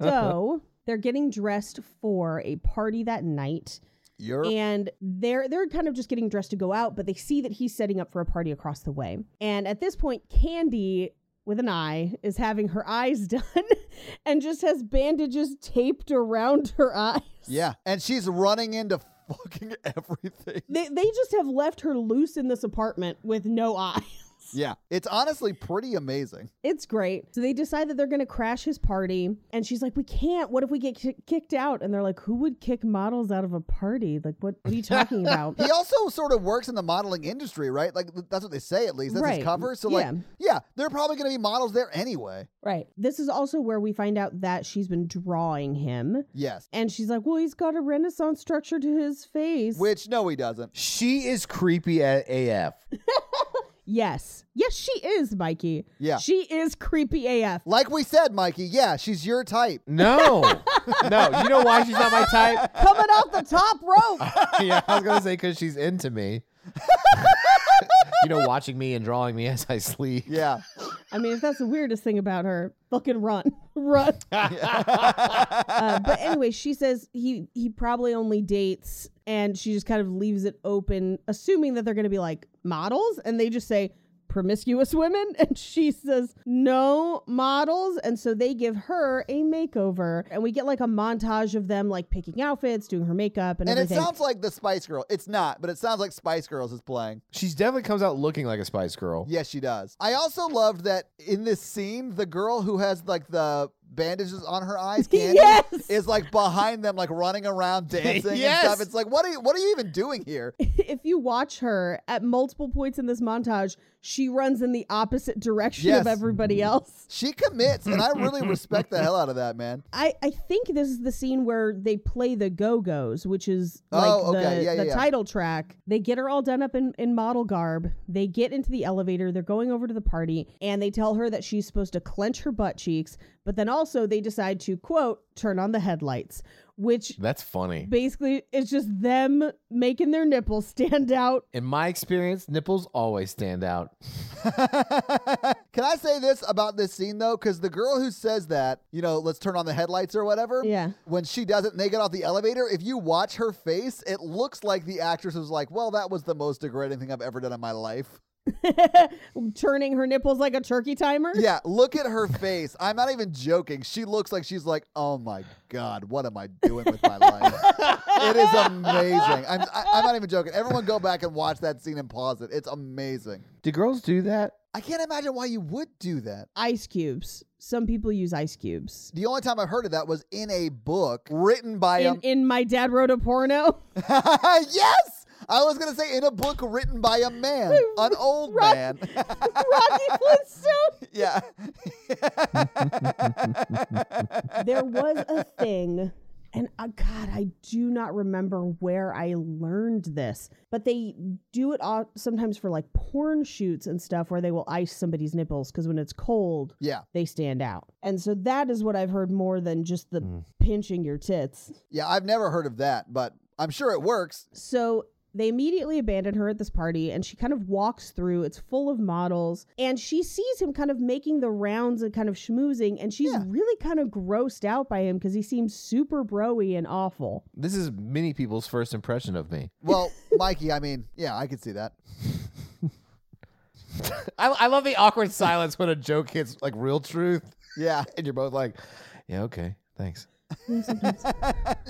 so they're getting dressed for a party that night,
You're
and they're they're kind of just getting dressed to go out, but they see that he's setting up for a party across the way. And at this point, Candy with an eye is having her eyes done and just has bandages taped around her eyes.
yeah, and she's running into fucking everything.
They, they just have left her loose in this apartment with no eye.
Yeah, it's honestly pretty amazing.
It's great. So they decide that they're going to crash his party. And she's like, We can't. What if we get ki- kicked out? And they're like, Who would kick models out of a party? Like, what, what are you talking about?
He also sort of works in the modeling industry, right? Like that's what they say at least. That's
Right.
his cover. So like,
Yeah.
yeah, there are probably going to be models there anyway.
right. This is also where we find out that she's been drawing him.
Yes.
And she's like, Well, he's got a Renaissance structure to his face.
Which no, he doesn't.
she is creepy at AF.
yes. Yes, she is, Mikey.
Yeah.
She is creepy AF.
Like we said, Mikey. Yeah, she's your type.
No. no. You know why she's not my type?
Coming off the top rope.
yeah, I was going to say because she's into me. you know, watching me and drawing me as I sleep.
Yeah.
I mean, if that's the weirdest thing about her, fucking run, run. uh, but anyway, she says he he probably only dates, and she just kind of leaves it open, assuming that they're going to be like models, and they just say promiscuous women, and she says no models, and so they give her a makeover, and we get like a montage of them like picking outfits, doing her makeup, and,
And it
everything.
sounds like the Spice Girl. It's not, but it sounds like Spice Girls is playing.
She's definitely comes out looking like a Spice Girl.
Yes, she does. I also loved that in this scene, the girl who has like the bandages on her eyes, Candy,
Yes!
is like behind them, like running around dancing
Yes!
and stuff. It's like, what are you, what are you even doing here?
if you watch her at multiple points in this montage, she runs in the opposite direction
Yes.
of everybody else.
She commits, and I really respect the hell out of that, man.
I, I think this is the scene where they play the Go Go's, which is like
Oh,
the,
okay. Yeah,
the
yeah, yeah.
title track. They get her all done up in, in model garb. They get into the elevator. They're going over to the party, and they tell her that she's supposed to clench her butt cheeks. But then also, they decide to, quote, turn on the headlights, which
That's funny.
basically is just them making their nipples stand out.
In my experience, nipples always stand out.
Can I say this about this scene though? Because the girl who says that, you know, let's turn on the headlights or whatever.
Yeah.
When she does it, and they get off the elevator. If you watch her face, it looks like the actress was like, "Well, that was the most degrading thing I've ever done in my life."
turning her nipples like a turkey timer.
Yeah, look at her face. I'm not even joking. She looks like she's like, oh my god, what am I doing with my life? it is amazing. I'm I, I'm not even joking. Everyone, go back and watch that scene and pause it. It's amazing.
Do girls do that?
I can't imagine why you would do that.
Ice cubes. Some people use ice cubes.
The only time I heard of that was in a book written by a
In, in my dad wrote a porno.
yes. I was gonna say in a book written by a man, an old
Rocky-
man.
Rocky Flintstone.
yeah.
There was a thing, and uh, God, I do not remember where I learned this, but they do it all, sometimes for like porn shoots and stuff, where they will ice somebody's nipples because when it's cold,
Yeah.
they stand out. And so that is what I've heard more than just the pinching your tits.
Yeah, I've never heard of that, but I'm sure it works.
So they immediately abandon her at this party and she kind of walks through. It's full of models and she sees him kind of making the rounds and kind of schmoozing and she's
Yeah.
really kind of grossed out by him because he seems super broy and awful.
This is many people's first impression of me.
Well, Mikey, I mean, yeah, I could see that.
I, I love the awkward silence when a joke hits like real truth,
Yeah.
and you're both like, "Yeah, okay, thanks."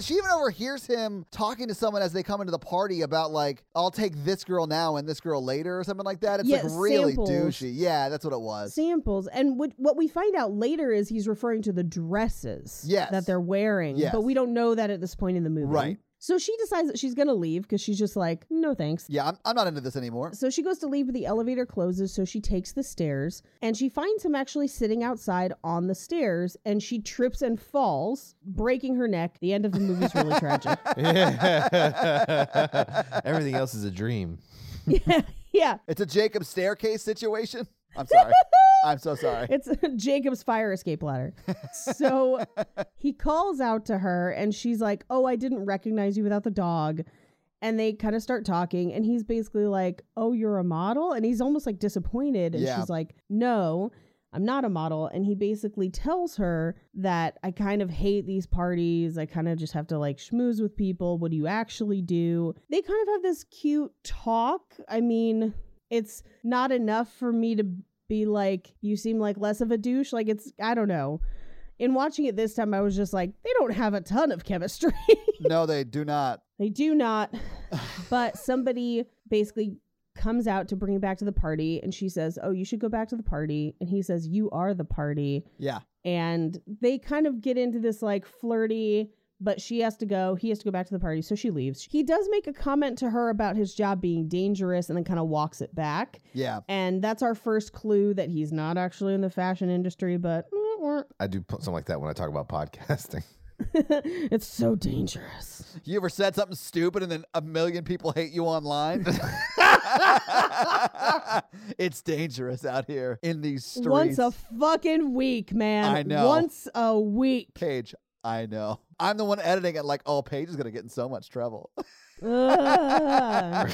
She even overhears him talking to someone as they come into the party about like, I'll take this girl now and this girl later or something like that. It's
Yeah,
like really
samples.
douchey. Yeah, that's what it was.
Samples. And what, what we find out later is he's referring to the dresses
Yes.
that they're wearing,
Yes.
but we don't know that at this point in the movie.
Right.
So she decides that she's going to leave because she's just like, no thanks.
yeah, I'm, I'm not into this anymore.
So she goes to leave, but the elevator closes. So she takes the stairs and she finds him actually sitting outside on the stairs and she trips and falls, breaking her neck. The end of the movie's really tragic.
Everything else is a dream.
Yeah.
It's a Jacob staircase situation. I'm sorry. I'm so sorry.
It's Jacob's fire escape ladder. So he calls out to her and she's like, Oh, I didn't recognize you without the dog. And they kind of start talking and he's basically like, Oh, you're a model? And he's almost like disappointed. And
Yeah.
she's like, No, I'm not a model. And he basically tells her that I kind of hate these parties. I kind of just have to like schmooze with people. What do you actually do? They kind of have this cute talk. I mean, it's not enough for me to be like, you seem like less of a douche. Like, it's, I don't know. In watching it this time, I was just like, they don't have a ton of chemistry.
No, they do not.
They do not. but somebody basically comes out to bring him back to the party and she says, Oh, you should go back to the party. And he says, You are the party.
Yeah.
And they kind of get into this like flirty, but she has to go. He has to go back to the party. So she leaves. He does make a comment to her about his job being dangerous and then kind of walks it back.
Yeah.
And that's our first clue that he's not actually in the fashion industry, but mm,
I do put something like that when I talk about podcasting.
mm. it's so dangerous.
You ever said something stupid and then a million people hate you online? it's dangerous out here in these streets.
Once a fucking week, man.
I know.
Once a week.
Paige, I know. I'm the one editing it like, oh, Paige is going to get in so much trouble.
Ugh.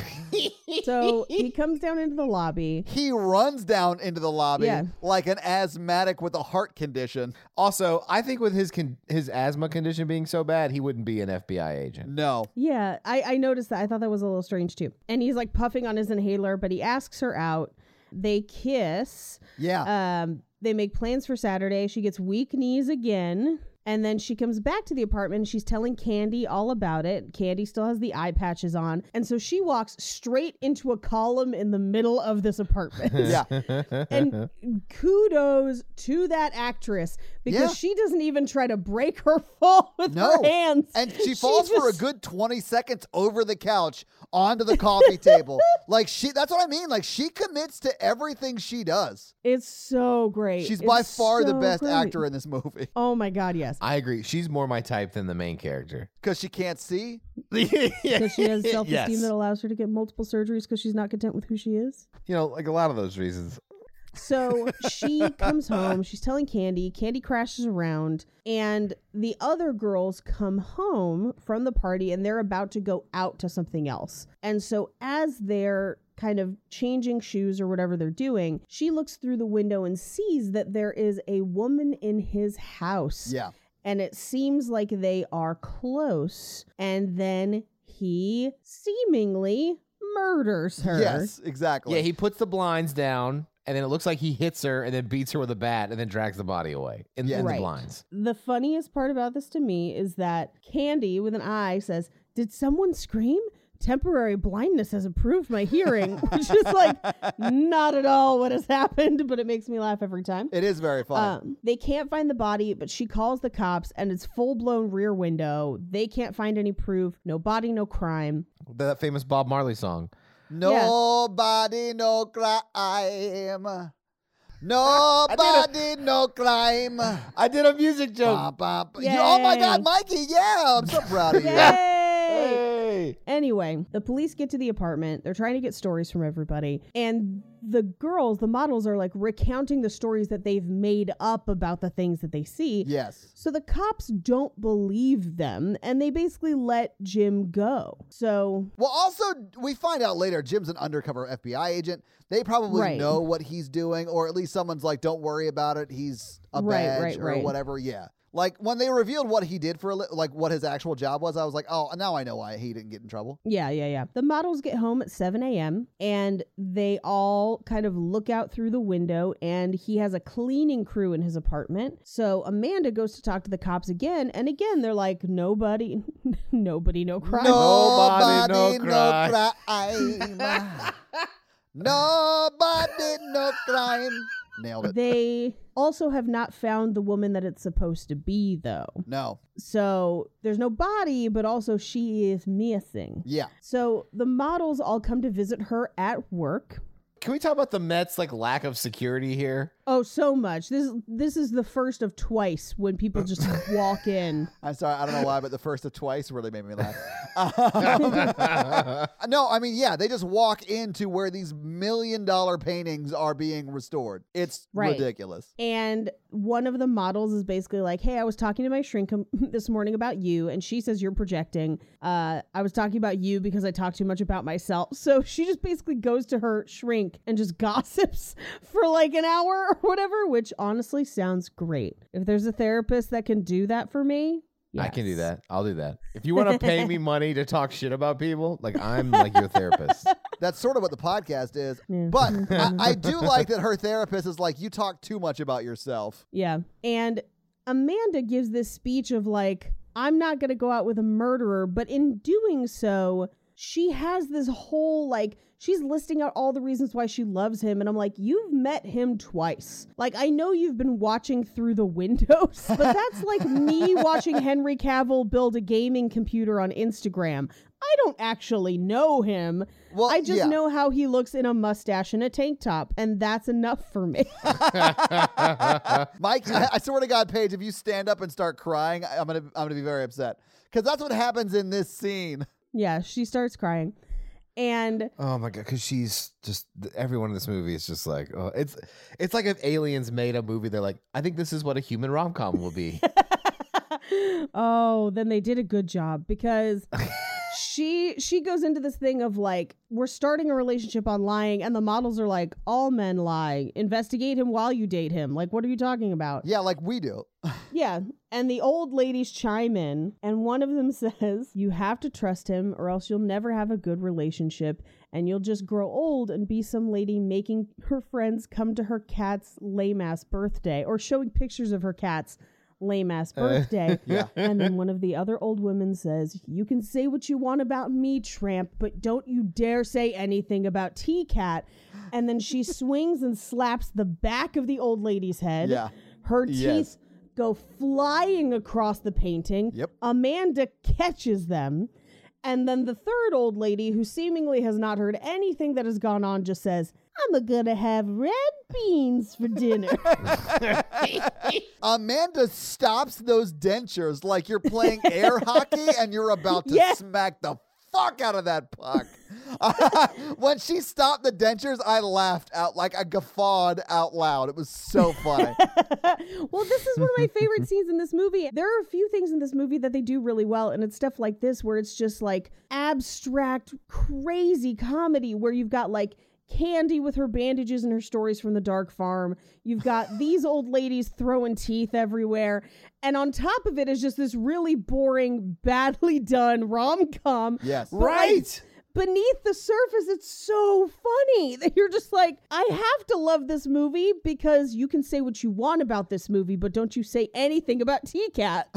so he comes down into the lobby.
he runs down into the lobby
Yeah.
like an asthmatic with a heart condition.
Also, I think with his con- his asthma condition being so bad, he wouldn't be an FBI agent.
No.
Yeah, I, I noticed that. I thought that was a little strange too. And he's like puffing on his inhaler, but he asks her out. They kiss.
Yeah.
Um, they make plans for Saturday. She gets weak knees again. And then she comes back to the apartment. and She's telling Candy all about it. Candy still has the eye patches on. And so she walks straight into a column in the middle of this apartment.
yeah. Uh-huh.
and kudos to that actress because
Yeah.
she doesn't even try to break her fall with
No.
her hands.
And she falls for a
just-
good 20 seconds over the couch onto the coffee table. Like she that's what I mean. Like she commits to everything she does.
It's so great.
She's by
It's
far the
so
best
great.
actor in this movie
Oh my god, yes.
I agree. She's more my type than the main character.
cuz she can't see.
Because she has self esteem
Yes.
that allows her to get multiple surgeries because she's not content with who she is.
You know, like a lot of those reasons.
So she comes home. She's telling Candy. Candy crashes around, and the other girls come home from the party and they're about to go out to something else. And so, as they're kind of changing shoes or whatever they're doing, she looks through the window and sees that there is a woman in his house.
Yeah.
And it seems like they are close. And then he seemingly murders her.
Yes, exactly.
Yeah, he puts the blinds down, and then it looks like he hits her, and then beats her with a bat, and then drags the body away in,
Yeah.
in
Right.
the blinds.
The funniest part about this to me is that Candy with an I says, Did someone scream? temporary blindness has improved my hearing, which is like not at all what has happened, but it makes me laugh every time.
It is very fun.
Um, they can't find the body, but she calls the cops and it's full blown rear window. They can't find any proof. No body, no crime.
That famous Bob Marley song.
Nobody, no crime. Nobody, no crime.
I did a music joke.
Ba, ba, ba. You- oh my
Yay.
God, Mikey! Yeah, I'm so proud of you.
Yay!
Hey.
Anyway, the police get to the apartment. They're trying to get stories from everybody. And the girls, the models, are like recounting the stories that they've made up about the things that they see.
Yes.
So the cops don't believe them and they basically let Jim go. So,
Well, also we find out later Jim's an undercover FBI agent. They probably
Right.
know what he's doing, or at least someone's like, "Don't worry about it. He's a
Right,
badge
right,
or
right.
whatever." Yeah. Like when they revealed what he did for a li- like what his actual job was, I was like, "Oh, now I know why he didn't get in trouble."
yeah, yeah, yeah. The models get home at 7 a.m. and they all kind of look out through the window, and he has a cleaning crew in his apartment. So Amanda goes to talk to the cops again, and again, they're like, nobody, nobody, no crime.
Nobody, no
no crime. Nobody, no crime. Nailed it.
They also have not found the woman that it's supposed to be, though.
No.
So there's no body, but also she is missing.
Yeah.
So the models all come to visit her at work.
Can we talk about the Mets like lack of security here?
Oh, so much. This this is the first of twice when people just walk in.
I'm sorry. I don't know why, but the first of twice really made me laugh. Um, no, I mean, yeah, they just walk into where these million dollar paintings are being restored. It's
Right.
ridiculous.
And one of the models is basically like, "Hey, I was talking to my shrink um, this morning about you, and she says you're projecting. Uh, I was talking about you because I talk too much about myself." So she just basically goes to her shrink and just gossips for like an hour or whatever, which honestly sounds great. If there's a therapist that can do that for me,
I can do
yes.
that. I'll do that. If you want to pay me money to talk shit about people, like I'm like your therapist.
That's sort of what the podcast is.
Yeah.
But I, I do like that her therapist is like, you talk too much about yourself.
Yeah. And Amanda gives this speech of like, I'm not going to go out with a murderer, but in doing so, she has this whole like, she's listing out all the reasons why she loves him. And I'm like, you've met him twice. Like, I know you've been watching through the windows, but that's like me watching Henry Cavill build a gaming computer on Instagram. I don't actually know him.
Well,
I just
yeah.
know how he looks in a mustache and a tank top, and that's enough for me.
Mike, I, I swear to God, Paige, if you stand up and start crying, I, I'm gonna I'm gonna be very upset because that's what happens in this scene.
Yeah, she starts crying. And
Oh my god, because she's just th- everyone in this movie is just like, oh, it's it's like if aliens made a movie. They're like, I think this is what a human rom com will be.
oh, then they did a good job because she she goes into this thing of like we're starting a relationship on lying and the models are like all men lie. Investigate him while you date him. Like what are you talking about?
Yeah, like we do.
Yeah. And the old ladies chime in, and one of them says, You have to trust him, or else you'll never have a good relationship, and you'll just grow old and be some lady making her friends come to her cat's lame ass birthday or showing pictures of her cat's lame ass
Uh,
birthday. And then one of the other old women says, You can say what you want about me, tramp, but don't you dare say anything about T Cat. And then she swings and slaps the back of the old lady's head.
Yeah.
Her
Yes.
teeth go flying across the painting.
Yep.
Amanda catches them. And then the third old lady, who seemingly has not heard anything that has gone on, just says, I'm gonna have red beans for dinner.
Amanda stops those dentures like you're playing air hockey and you're about to
Yeah.
smack the fuck out of that puck. when she stopped the dentures, I laughed out like I guffawed out loud. It was so funny.
well, this is one of my favorite scenes in this movie. There are a few things in this movie that they do really well, and it's stuff like this where it's just like abstract, crazy comedy where you've got like Candy with her bandages and her stories from the dark farm. You've got these old ladies throwing teeth everywhere. And on top of it is just this really boring, badly done rom com.
Yes.
But, like, beneath the surface, it's so funny that you're just like, I have to love this movie because you can say what you want about this movie, but don't you say anything about T Cat.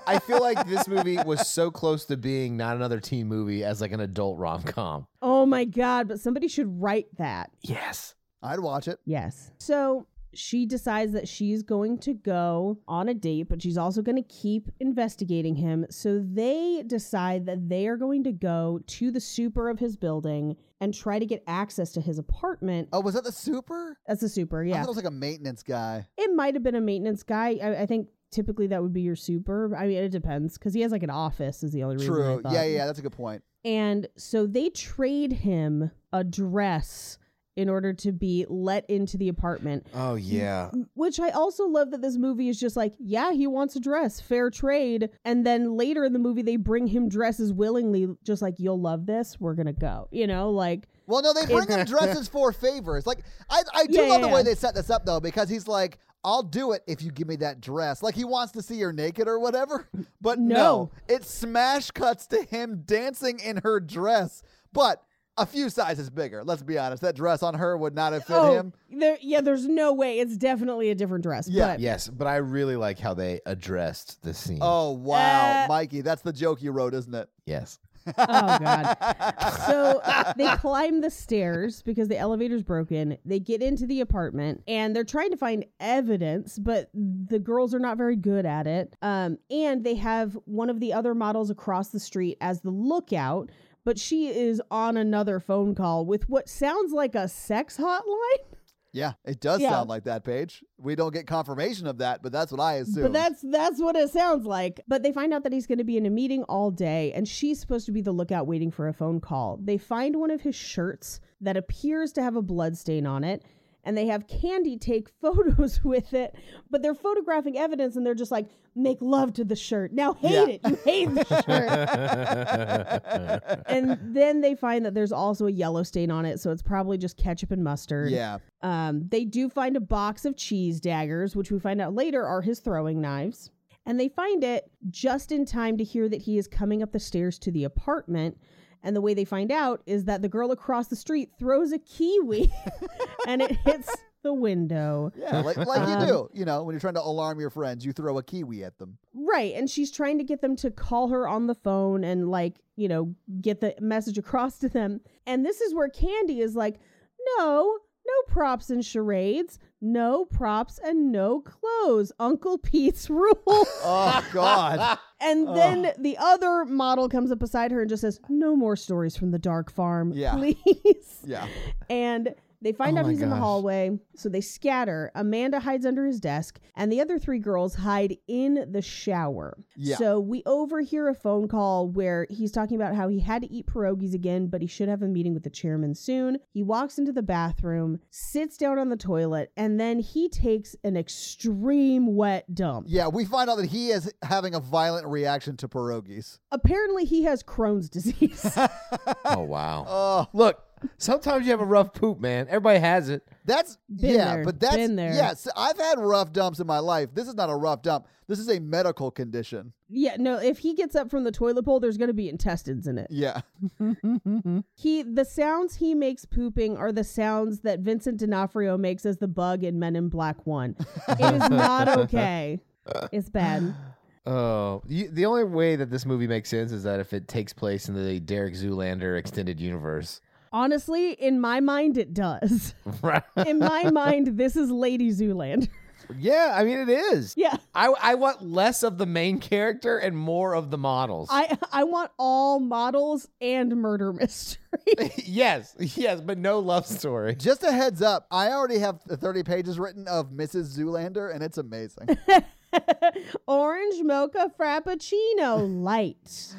I feel like this movie was so close to being not another teen movie as like an adult rom com.
oh my God, but somebody should write that.
Yes.
I'd watch it.
Yes. So she decides that she's going to go on a date, but she's also going to keep investigating him. So they decide that they are going to go to the super of his building and try to get access to his apartment.
Oh, was that the super?
That's the super,
I
yeah.
thought it was like a maintenance guy.
It might have been a maintenance guy. I, I think typically that would be your super. I mean, it depends because he has like an office, is the only reason. I
True.
thought.
Yeah, yeah, that's a good point.
And so they trade him a dress in order to be let into the apartment.
Oh yeah.
Which I also love that this movie is just like, yeah, he wants a dress, fair trade. And then later in the movie, they bring him dresses willingly, just like, you'll love this, we're going to go. You know, like,
Well, no, they bring him dresses for favors. Like, I, I do
Yeah,
love
yeah,
the way
yeah.
they set this up, though, because he's like, I'll do it if you give me that dress. Like, he wants to see her naked or whatever. But no,
No.
it smash cuts to him dancing in her dress, but a few sizes bigger. Let's be honest. That dress on her would not have fit
Oh.
him.
There, yeah, there's no way. It's definitely a different dress.
Yeah.
But
Yes, but I really like how they addressed the scene.
Oh, wow.
Uh,
Mikey, that's the joke you wrote, isn't it?
yes.
Oh god. so they climb the stairs because the elevator's broken. They get into the apartment and they're trying to find evidence, but the girls are not very good at it. Um and they have one of the other models across the street as the lookout, but she is on another phone call with what sounds like a sex hotline.
Yeah, it does
Yeah.
sound like that, Paige. We don't get confirmation of that, but that's what I assume.
But that's that's what it sounds like. But they find out that he's going to be in a meeting all day, and she's supposed to be the lookout waiting for a phone call. They find one of his shirts that appears to have a blood stain on it, and they have Candy take photos with it. But they're photographing evidence, and they're just like, "Make love to the shirt now, hate
Yeah.
it, you hate the shirt." and then they find that there's also a yellow stain on it, so it's probably just ketchup and mustard.
yeah.
Um, they do find a box of cheese daggers, which we find out later are his throwing knives. And they find it just in time to hear that he is coming up the stairs to the apartment. And the way they find out is that the girl across the street throws a kiwi and it hits the window.
Yeah, like, like you
Um,
do. You know, when you're trying to alarm your friends, you throw a kiwi at them.
Right. And she's trying to get them to call her on the phone and, like, you know, get the message across to them. And this is where Candy is like, no, no props and charades, no props and no clothes. Uncle Pete's rule.
Oh God!
and then the other model comes up beside her and just says, no more stories from the dark farm,
Yeah.
please.
yeah,
And they find
Oh
out
my
he's in the
gosh.
hallway, so they scatter. Amanda hides under his desk, and the other three girls hide in the shower.
Yeah.
So we overhear a phone call where he's talking about how he had to eat pierogies again, but he should have a meeting with the chairman soon. He walks into the bathroom, sits down on the toilet, and then he takes an extreme wet dump.
yeah. We find out that he is having a violent reaction to pierogies.
Apparently, he has Crohn's disease.
Oh wow.
Oh,
Look, sometimes you have a rough poop, man. Everybody has it.
that's
Been
yeah,
there,
but that's
been there.
yes. I've had rough dumps in my life. This is not a rough dump. This is a medical condition.
yeah, no, if he gets up from the toilet bowl, there's going to be intestines in it.
Yeah,
He the sounds he makes pooping are the sounds that Vincent D'Onofrio makes as the bug in Men in Black One. It is not okay. It's bad.
Oh, you, the only way that this movie makes sense is that if it takes place in the Derek Zoolander extended universe.
Honestly, in my mind, it does.
Right.
In my mind, this is Lady Zoolander.
yeah, I mean it is.
Yeah,
I, I want less of the main character and more of the models.
I I want all models and murder mystery.
yes, yes, but no love story.
just a heads up. I already have 30 pages written of Mrs. Zoolander, and it's amazing.
Orange mocha frappuccino light.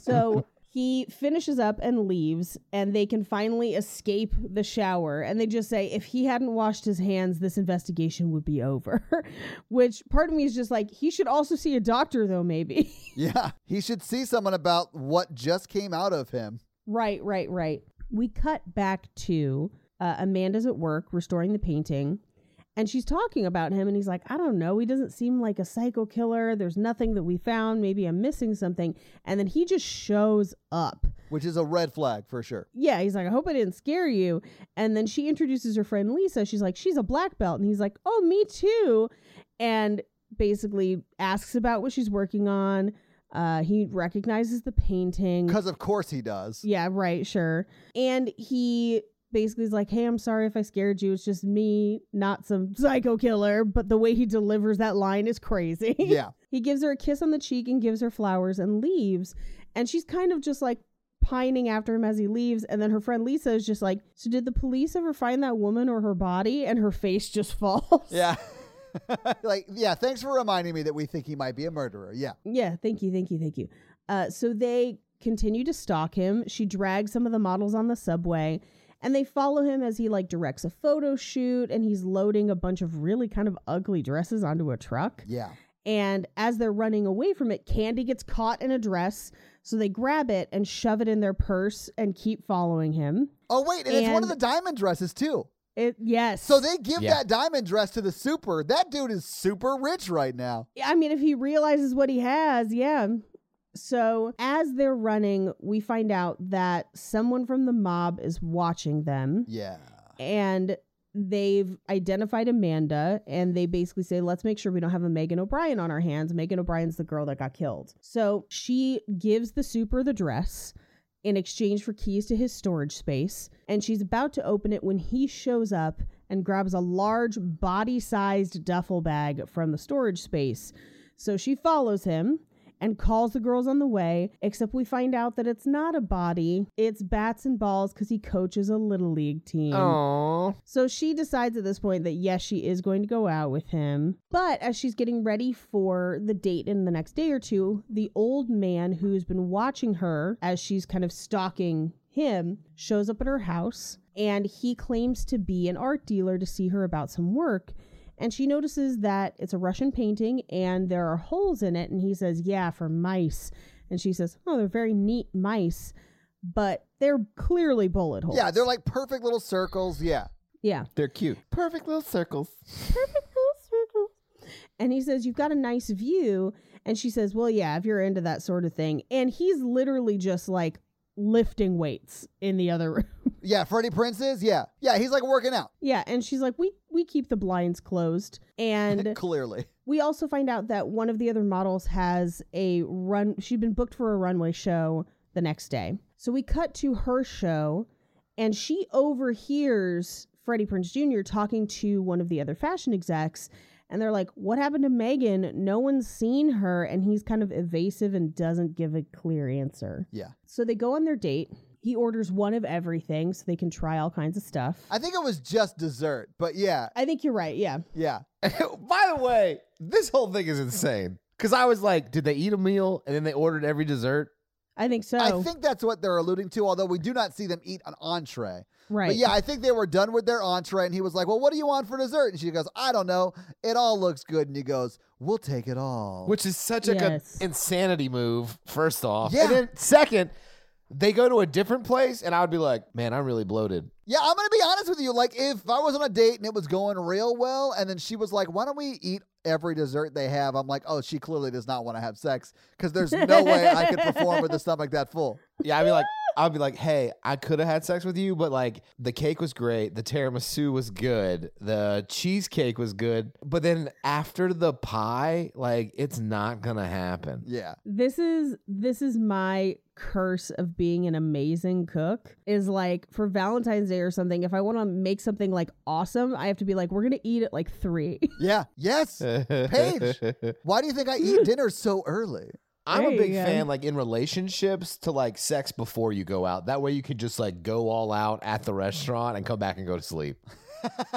so he finishes up and leaves, and they can finally escape the shower. And they just say, if he hadn't washed his hands, this investigation would be over. Which part of me is just like, he should also see a doctor, though, maybe.
yeah, he should see someone about what just came out of him.
Right, right, right. We cut back to uh, Amanda's at work restoring the painting, And she's talking about him, and he's like, I don't know. He doesn't seem like a psycho killer. There's nothing that we found. Maybe I'm missing something. And then he just shows up.
which is a red flag for sure.
Yeah, he's like, I hope I didn't scare you. And then she introduces her friend Lisa. She's like, she's a black belt. And he's like, oh, me too. And basically asks about what she's working on. Uh, he recognizes the painting.
Because of course he does.
Yeah, right, sure. And he basically is like, Hey, I'm sorry if I scared you. It's just me, not some psycho killer. But the way he delivers that line is crazy.
Yeah.
he gives her a kiss on the cheek and gives her flowers and leaves. And she's kind of just like pining after him as he leaves. And then her friend Lisa is just like, So did the police ever find that woman or her body? And her face just falls.
Yeah. like, yeah, thanks for reminding me that we think he might be a murderer. Yeah.
Yeah, thank you, thank you, thank you. Uh, so they continue to stalk him. She drags some of the models on the subway, and they follow him as he like directs a photo shoot, and he's loading a bunch of really kind of ugly dresses onto a truck.
Yeah.
And as they're running away from it, Candy gets caught in a dress, so they grab it and shove it in their purse and keep following him.
Oh, wait, and, it's one of
And-
the diamond dresses, too.
It yes.
So they give
Yeah.
that diamond dress to the super. That dude is super rich right now.
I mean, if he realizes what he has, yeah. So as they're running, we find out that someone from the mob is watching them
Yeah.
and they've identified Amanda and they basically say, let's make sure we don't have a Megan O'Brien on our hands. Megan O'Brien's the girl that got killed. So she gives the super the dress in exchange for keys to his storage space. And she's about to open it when he shows up and grabs a large body sized duffel bag from the storage space. So she follows him and calls the girls on the way, except we find out that it's not a body, it's bats and balls because he coaches a little league team.
Aww.
So she decides at this point that yes, she is going to go out with him. But as she's getting ready for the date in the next day or two, the old man who's been watching her as she's kind of stalking him shows up at her house and he claims to be an art dealer to see her about some work. And she notices that it's a Russian painting and there are holes in it. And he says, Yeah, for mice. And she says, Oh, they're very neat mice, but they're clearly bullet holes.
Yeah, they're like perfect little circles. Yeah.
Yeah.
They're cute. Perfect little circles.
And he says, You've got a nice view. And she says, Well, yeah, if you're into that sort of thing. And he's literally just like lifting weights in the other room.
Yeah, Freddie Prince is. Yeah. Yeah, he's like working out.
yeah. And she's like, We we keep the blinds closed. And
Clearly.
we also find out that one of the other models has a run she'd been booked for a runway show the next day. So we cut to her show and she overhears Freddie Prince Jr. talking to one of the other fashion execs and they're like, "What happened to Megan? No one's seen her." And he's kind of evasive and doesn't give a clear answer.
Yeah.
So they go on their date. He orders one of everything so they can try all kinds of stuff.
I think it was just dessert, but yeah.
I think you're right. Yeah.
Yeah.
By the way, this whole thing is insane. Because I was like, did they eat a meal and then they ordered every dessert?
I think so.
I think that's what they're alluding to, although we do not see them eat an entree.
right.
But yeah, I think they were done with their entree, and he was like, Well, what do you want for dessert? And she goes, I don't know. It all looks good. And he goes, We'll take it all.
Which is such like
Yes.
an insanity move, first off.
Yeah.
And then second, they go to a different place and I would be like, man, I'm really bloated.
yeah, I'm going to be honest with you. Like, if I was on a date and it was going real well, and then she was like, Why don't we eat every dessert they have? I'm like, Oh, she clearly does not want to have sex because there's no way I could perform with a stomach that full.
Yeah, I'd be like, I'd be like, hey, I could have had sex with you, but like the cake was great, the tiramisu was good, the cheesecake was good, but then after the pie, like it's not gonna happen.
Yeah.
this is this is my curse of being an amazing cook is like for valentine's day or something if i want to make something like awesome i have to be like we're gonna eat at like three
Yeah. Yes. Paige, why do you think I eat dinner so early?
I'm a
There
big
you go.
fan, like in relationships, to like sex before you go out. That way you could just like go all out at the restaurant and come back and go to sleep.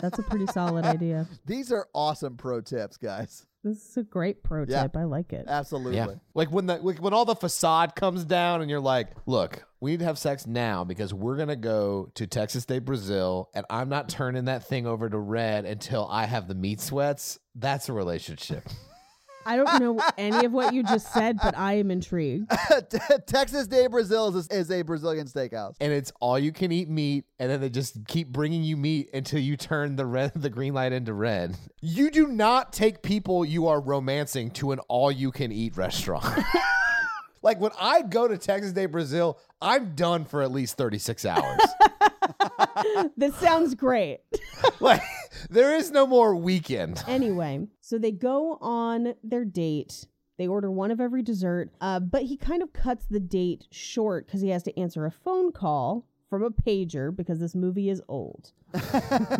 that's a pretty solid idea
These are awesome pro tips, guys.
this is a great pro
Yeah. Uh,
tip i like it
Absolutely.
Yeah. Like when the like when all the facade comes down and you're like, look, we need to have sex now because we're gonna go to Texas State Brazil and I'm not turning that thing over to red until I have the meat sweats. That's a relationship.
I don't know any of what you just said, but I am intrigued.
Texas Day Brazil is, is a Brazilian steakhouse.
and it's all you can eat meat, and then they just keep bringing you meat until you turn the red, the green light into red. You do not take people you are romancing to an all you can eat restaurant. like when I go to Texas Day Brazil, I'm done for at least 36 hours.
This sounds great.
like there is no more weekend.
Anyway, so they go on their date. They order one of every dessert, uh, but he kind of cuts the date short because he has to answer a phone call from a pager because this movie is old.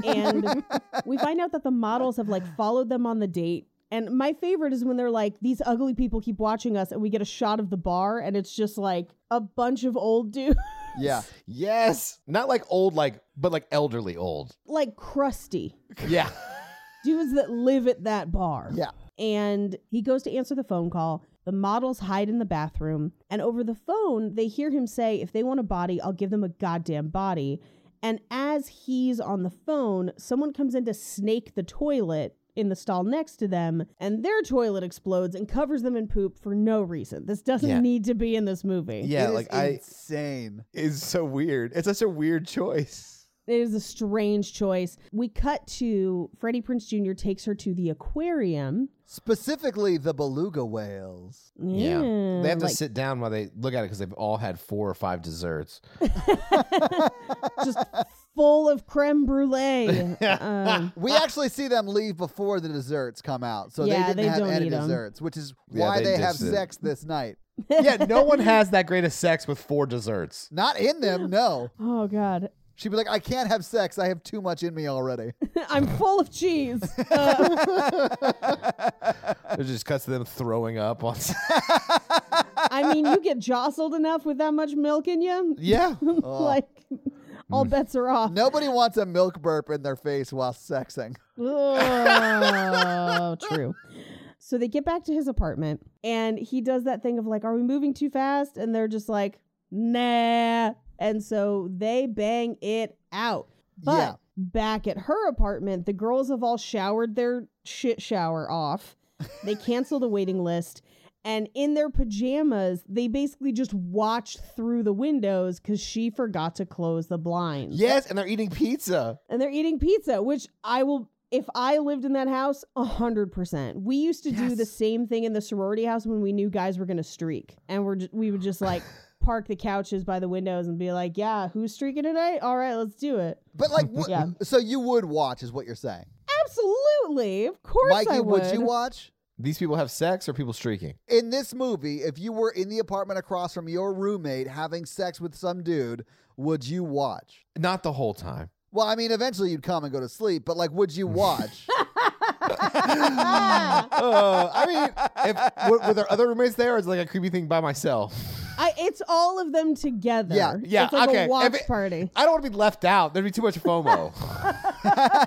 and we find out that the models have like followed them on the date. And my favorite is when they're like, these ugly people keep watching us, and we get a shot of the bar, and it's just like a bunch of old dudes,
Yeah.
Yes. Not like old, like, but like elderly old.
like crusty
Yeah.
dudes that live at that bar.
Yeah.
and he goes to answer the phone call. The models hide in the bathroom, and over the phone, they hear him say, If they want a body, I'll give them a goddamn body. And as he's on the phone, someone comes in to snake the toilet in the stall next to them, and their toilet explodes and covers them in poop for no reason. This doesn't
Yeah.
need to be in this movie.
Yeah.
It is
like I
insane.
is so weird. It's such a weird choice.
It is a strange choice. We cut to Freddie Prince Jr. takes her to the aquarium.
Specifically the beluga whales.
Yeah.
Mm,
They have to
like-
sit down while they look at it because they've all had four or five desserts.
just full of creme brulee. Um,
We actually see them leave before the desserts come out. So
Yeah,
they didn't
they
have
don't
any
eat 'em.
desserts, which is
Yeah,
why
they
they, have
just-
sex this night.
yeah, no one has that great of sex with four desserts.
Not in them, no.
oh God,
She'd be like, I can't have sex. I have too much in me already.
I'm full of cheese. Uh,
It just cuts to them throwing up on.
I mean, you get jostled enough with that much milk in you,
yeah.
like oh. all bets are off.
Oh. Nobody wants a milk burp in their face while sexing.
Oh, true. So they get back to his apartment, and he does that thing of like, "Are we moving too fast?" And they're just like, "Nah." And so they bang it out. But
Yeah.
back at her apartment, the girls have all showered their shit shower off. They cancel the waiting list. And in their pajamas, they basically just watch through the windows because she forgot to close the blinds
Yes, and they're eating pizza.
and they're eating pizza, which I will. If I lived in that house, a hundred percent. We used to do the same thing in the sorority house when we knew guys were gonna streak, and we're ju- we would just like park the couches by the windows and be like, "Yeah, who's streaking tonight? All right, let's do it."
But like, wh-
Yeah.
so you would watch, is what you're saying.
Absolutely, of course
Mikey,
I would.
you watch?
These people have sex or people streaking?
In this movie, if you were in the apartment across from your roommate having sex with some dude, would you watch?
Not the whole time.
Well, I mean, eventually you'd come and go to sleep, but like, would you watch?
Ah,
Uh, I mean, if, were, were there other roommates there or is it like a creepy thing by myself?
I, it's all of them together.
Yeah,
yeah,
It's like
okay.
a
If
watch
it-
party.
I don't want to be left out. There'd be too much FOMO.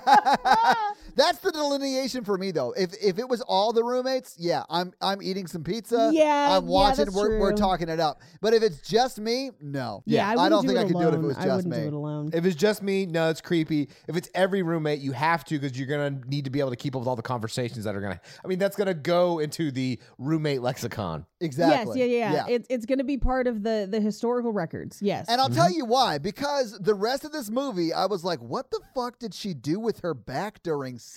That's the delineation for me, though. If if it was all the roommates, yeah, I'm I'm eating some pizza.
Yeah,
I'm
yeah,
watching.
that's
we're we're
true.
talking it up. But if it's just me, no.
Yeah, I,
I,
wouldn't
don't
do
think I could
alone.
do it if it was just
I wouldn't
me.
do it alone.
if it's just me, no, it's creepy. If it's every roommate, you have to because you're gonna need to be able to keep up with all the conversations that are gonna. I mean, that's gonna go into the roommate lexicon.
Exactly.
Yes, yeah, yeah, yeah. It's it's gonna be part of the the historical records. Yes.
And I'll tell you why. Because the rest of this movie, I was like, what the fuck did she do with her back during sex?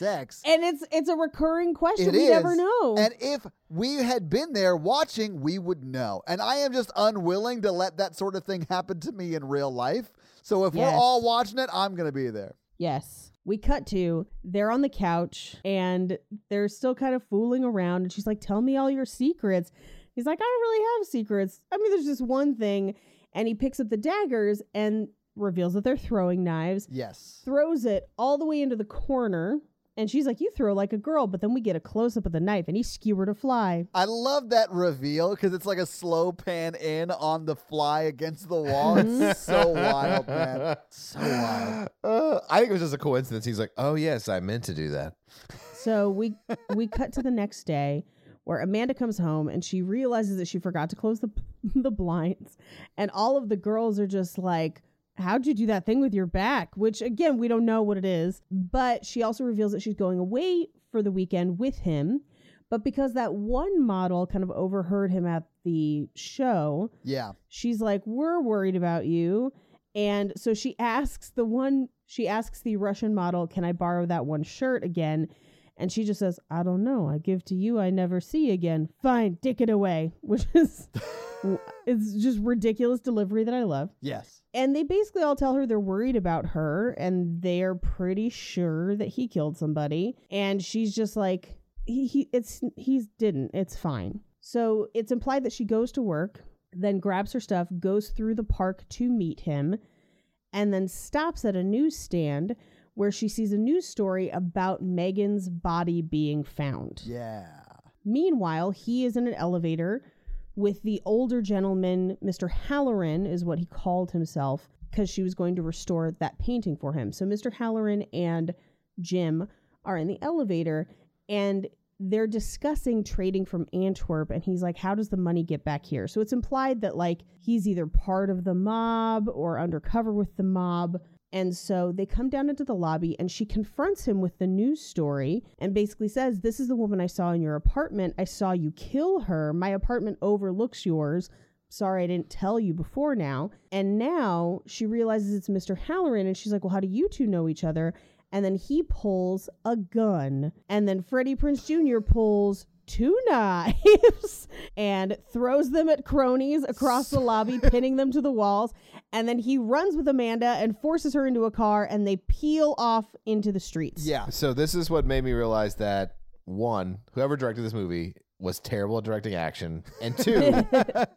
and it's it's a recurring question.
It
we
is.
never know.
And if we had been there watching, we would know. And I am just unwilling to let that sort of thing happen to me in real life. So if
Yes.
we're all watching it, I'm going to be there.
Yes. We cut to they're on the couch and they're still kind of fooling around. And she's like, Tell me all your secrets. He's like, I don't really have secrets. I mean, there's just one thing. And he picks up the daggers and reveals that they're throwing knives,
Yes.
throws it all the way into the corner. And she's like, You throw like a girl. But then we get a close up of the knife and he skewered a fly.
I love that reveal because it's like a slow pan in on the fly against the wall.
Mm-hmm.
It's so wild, man. So wild.
Uh, I think it was just a coincidence. He's like, "Oh yes, I meant to do that."
So we we cut to the next day where Amanda comes home and she realizes that she forgot to close the the blinds and all of the girls are just like how'd you do that thing with your back which again we don't know what it is but she also reveals that she's going away for the weekend with him But because that one model kind of overheard him at the show,
Yeah.
she's like, We're worried about you. And so she asks the one, she asks the Russian model, Can I borrow that one shirt again? And she just says, I don't know. I give to you, I never see again. Fine, dick it away, which is, it's just ridiculous delivery that I love.
Yes.
And they basically all tell her they're worried about her and they're pretty sure that he killed somebody. And she's just like, he, he it's he's didn't. It's fine. So it's implied that she goes to work, then grabs her stuff, goes through the park to meet him, and then stops at a newsstand where she sees a news story about Megan's body being found.
Yeah.
Meanwhile, he is in an elevator with the older gentleman, Mr. Halloran, is what he called himself, because she was going to restore that painting for him. So Mr. Halloran and Jim are in the elevator and they're discussing trading from Antwerp and he's like how does the money get back here so it's implied that like he's either part of the mob or undercover with the mob and so they come down into the lobby and she confronts him with the news story and basically says, This is the woman I saw in your apartment. I saw you kill her. My apartment overlooks yours. Sorry, I didn't tell you before now. And now she realizes it's Mr. Halloran and she's like, Well, how do you two know each other? And then he pulls a gun. And then Freddie Prince Jr. pulls two knives and throws them at cronies across the lobby, pinning them to the walls. And then he runs with Amanda and forces her into a car, and they peel off into the streets.
Yeah.
So this is what made me realize that one, whoever directed this movie was terrible at directing action, and two,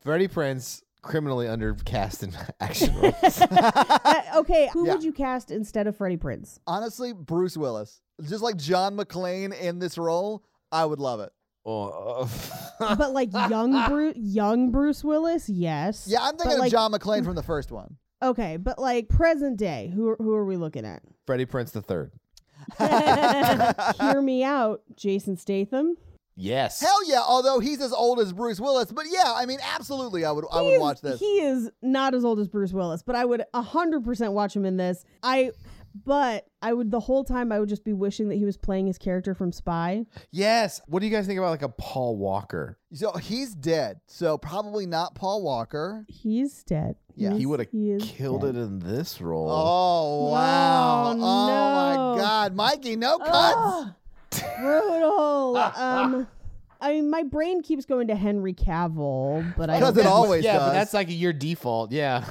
Freddie Prince criminally undercast in action roles.
Uh, okay, who
Yeah.
would you cast instead of Freddie Prince?
Honestly, Bruce Willis, just like John McClane in this role, I would love it.
oh, uh,
But like young Bruce, young Bruce Willis, yes.
Yeah, I'm
But,
thinking
like- mm-hmm.
of John McClane from the first one.
Okay, but like present day, who are, who are we looking at?
Freddie Prince the third.
Hear me out, Jason Statham.
Yes.
Hell yeah! Although he's as old as Bruce Willis, but yeah, I mean, absolutely, I would, I
He
would
is-
watch this.
He is not as old as Bruce Willis, but I would 100% watch him in this. I but I would the whole time I would just be wishing that he was playing his character from Spy.
yes. What do you guys think about like a Paul Walker?
So he's dead. So probably not Paul Walker.
He's dead.
Yeah.
He's-
He would have
he is
killed
dead.
it in this role.
Oh wow!
No,
Oh
no.
my God, Mikey, no cuts.
Oh, brutal. um I mean my brain keeps going to Henry Cavill, but I
Because
don't
it always
yeah,
does.
but that's like your default. Yeah.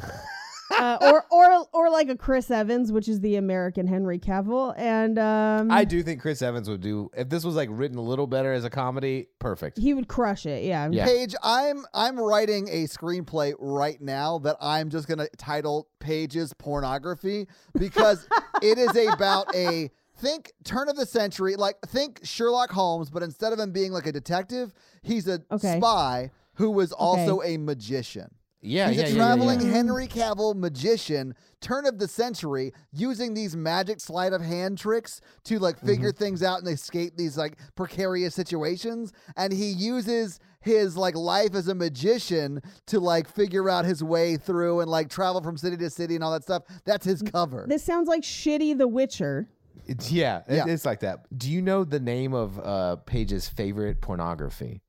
uh, or or or like a Chris Evans, which is the American Henry Cavill and um
I do think Chris Evans would do if this was like written a little better as a comedy. Perfect.
he would crush it. Yeah.
Yeah.
Paige, I'm I'm writing a screenplay right now that I'm just gonna title Paige's pornography because it is about a think turn of the century, like think Sherlock Holmes, but instead of him being like a detective, he's a
Okay.
spy who was also a magician.
Yeah.
He's
yeah,
a
yeah, yeah,
traveling
yeah.
Henry Cavill magician, turn of the century, using these magic sleight of hand tricks to like
Mm-hmm.
figure things out and escape these like precarious situations. And he uses his like life as a magician to like figure out his way through and like travel from city to city and all that stuff. That's his
Mm,
cover.
This sounds like shitty The Witcher.
It's, yeah, it-
Yeah.
it's like that. Do you know the name of uh, Paige's favorite pornography?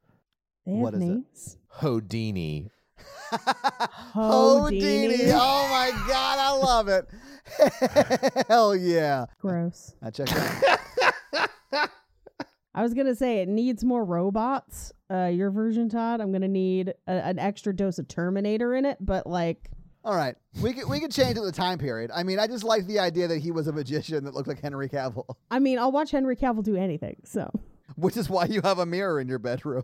They have
What is it?
names.
Houdini.
Houdini. Oh my God, I love it. Hell yeah.
Gross.
I checked out.
I was gonna say it needs more robots. Uh, your version, Todd. I'm gonna need a, an extra dose of Terminator in it, but like,
All right, we could we could change it the time period. I mean, I just like the idea that he was a magician that looked like Henry Cavill,
I mean, I'll watch Henry Cavill do anything. So
which is why you have a mirror in your bedroom.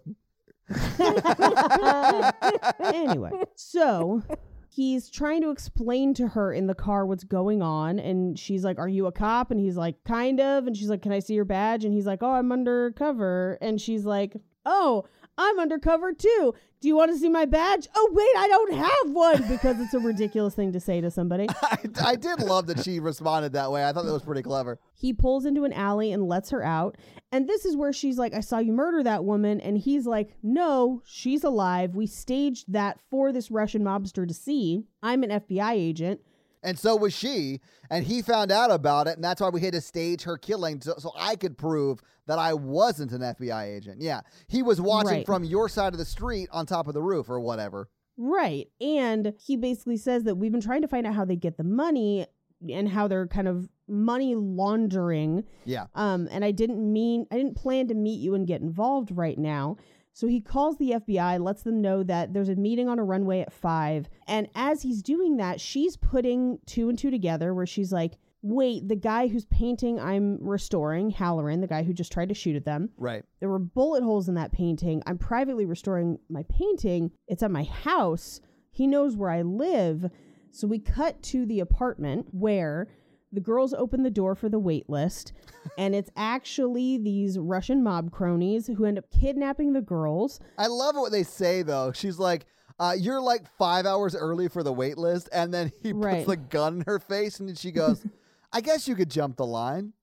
anyway, so he's trying to explain to her in the car what's going on, and she's like, "Are you a cop?" And he's like, "Kind of." And she's like, "Can I see your badge?" And he's like, "Oh, I'm undercover." And she's like, "Oh." I'm undercover too. Do you want to see my badge? Oh, wait, I don't have one because it's a ridiculous thing to say to somebody.
I, I did love that she responded that way. I thought that was pretty clever.
He pulls into an alley and lets her out. And this is where she's like, I saw you murder that woman. And he's like, No, she's alive. We staged that for this Russian mobster to see. I'm an FBI agent.
and so was she. And he found out about it, and that's why we had to stage her killing so, so I could prove that I wasn't an FBI agent. Yeah, he was watching
Right.
from your side of the street on top of the roof or whatever.
Right. And he basically says that we've been trying to find out how they get the money and how they're kind of money laundering.
Yeah.
Um, and I didn't mean, I didn't plan to meet you and get involved right now. So he calls the FBI, lets them know that there's a meeting on a runway at five. And as he's doing that, she's putting two and two together where she's like, wait, the guy whose painting I'm restoring, Halloran, the guy who just tried to shoot at them,
Right.
there were bullet holes in that painting. I'm privately restoring my painting. It's at my house. He knows where I live. So we cut to the apartment where the girls open the door for the wait list. and it's actually these Russian mob cronies who end up kidnapping the girls.
I love what they say though. She's like, uh, "You're like five hours early for the wait list," and then he
Right.
puts the gun in her face, and then she goes, "I guess you could jump the line."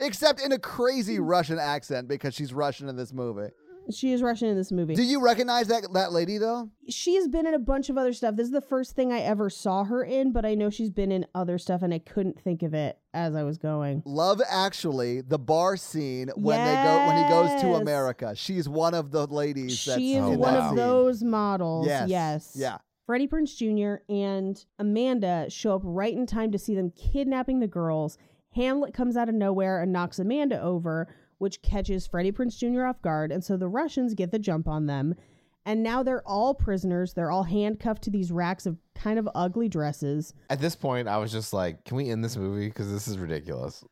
Except in a crazy
Mm.
Russian accent because she's Russian in this movie.
She is Russian in this movie.
Do you recognize that that lady though?
she has been in a bunch of other stuff. This is the first thing I ever saw her in, but I know she's been in other stuff and I couldn't think of it as I was going.
Love Actually, the bar scene when they go when he goes to
Yes.
America. She's one of the ladies. that's
She is
Oh,
in
one
that
of
scene.
those models.
Yes.
Yes.
Yeah.
Freddie Prince Jr. and Amanda show up right in time to see them kidnapping the girls. Hamlet comes out of nowhere and knocks Amanda over, which catches Freddie Prince Jr. off guard. And so the Russians get the jump on them. And now they're all prisoners. They're all handcuffed to these racks of kind of ugly dresses.
At this point, I was just like, "Can we end this movie? Because this is ridiculous."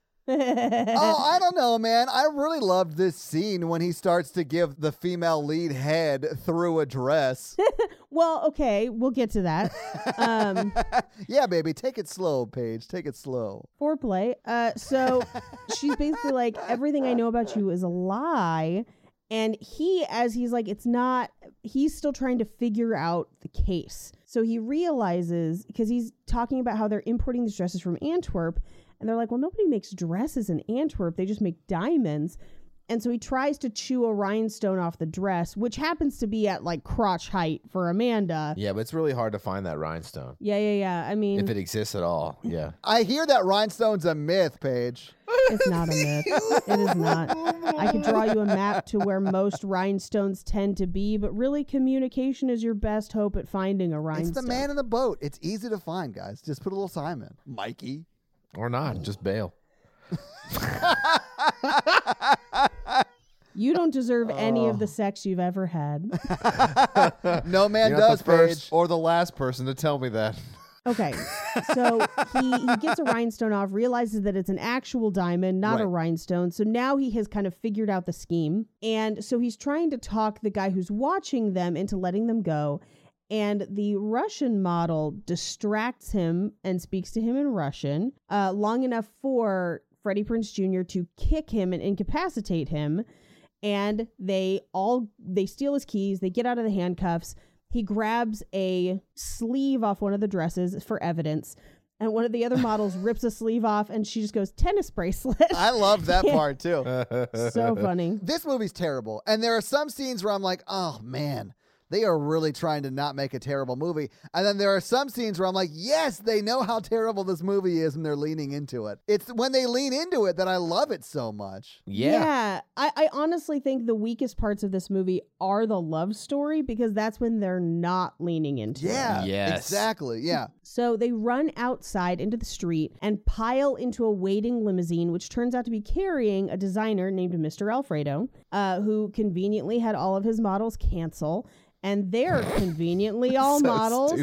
oh, I don't know, man. I really loved this scene when he starts to give the female lead head through a dress.
well, okay, we'll get to that. Um,
yeah, baby, take it slow, Paige. Take it slow.
foreplay. Uh, so she's basically like, everything I know about you is a lie. And he, as he's like, it's not, he's still trying to figure out the case. So he realizes, because he's talking about how they're importing these dresses from Antwerp. And they're like, well, nobody makes dresses in Antwerp, they just make diamonds. And so he tries to chew a rhinestone off the dress, which happens to be at like crotch height for Amanda.
Yeah, but it's really hard to find that rhinestone
Yeah, yeah, yeah. I mean,
if it exists at all. Yeah.
I hear that rhinestone's a myth, Paige.
It's not a myth. It is not. I could draw you a map to where most rhinestones tend to be, but really, communication is your best hope at finding a
It's
rhinestone.
the man in the boat. It's easy to find, guys. Just put a little sign in. Mikey.
Or not, just bail.
You don't deserve any
Oh.
of the sex you've ever had.
No man
You're not
does,
the first
Paige.
or the last person to tell me that.
Okay, so he, he gets a rhinestone off, realizes that it's an actual diamond, not a
Right.
rhinestone. So now he has kind of figured out the scheme. And so he's trying to talk the guy who's watching them into letting them go. And the Russian model distracts him and speaks to him in Russian uh, long enough for Freddie Prince Jr. to kick him and incapacitate him. And they all they steal his keys. They get out of the handcuffs. He grabs a sleeve off one of the dresses for evidence. And one of the other models rips a sleeve off, and she just goes tennis bracelet.
I love that part too.
Uh.
so funny.
this movie's terrible. And there are some scenes where I'm like, oh man, they are really trying to not make a terrible movie. And then there are some scenes where I'm like, yes, they know how terrible this movie is and they're leaning into it. It's when they lean into it that I love it so much.
I, I honestly think the weakest parts of this movie are the love story because that's when they're not leaning into it.
Yeah.
Yes.
Exactly. Yeah.
So they run outside into the street and pile into a waiting limousine, which turns out to be carrying a designer named Mr. Alfredo, uh, who conveniently had all of his models cancel. And they're conveniently all models.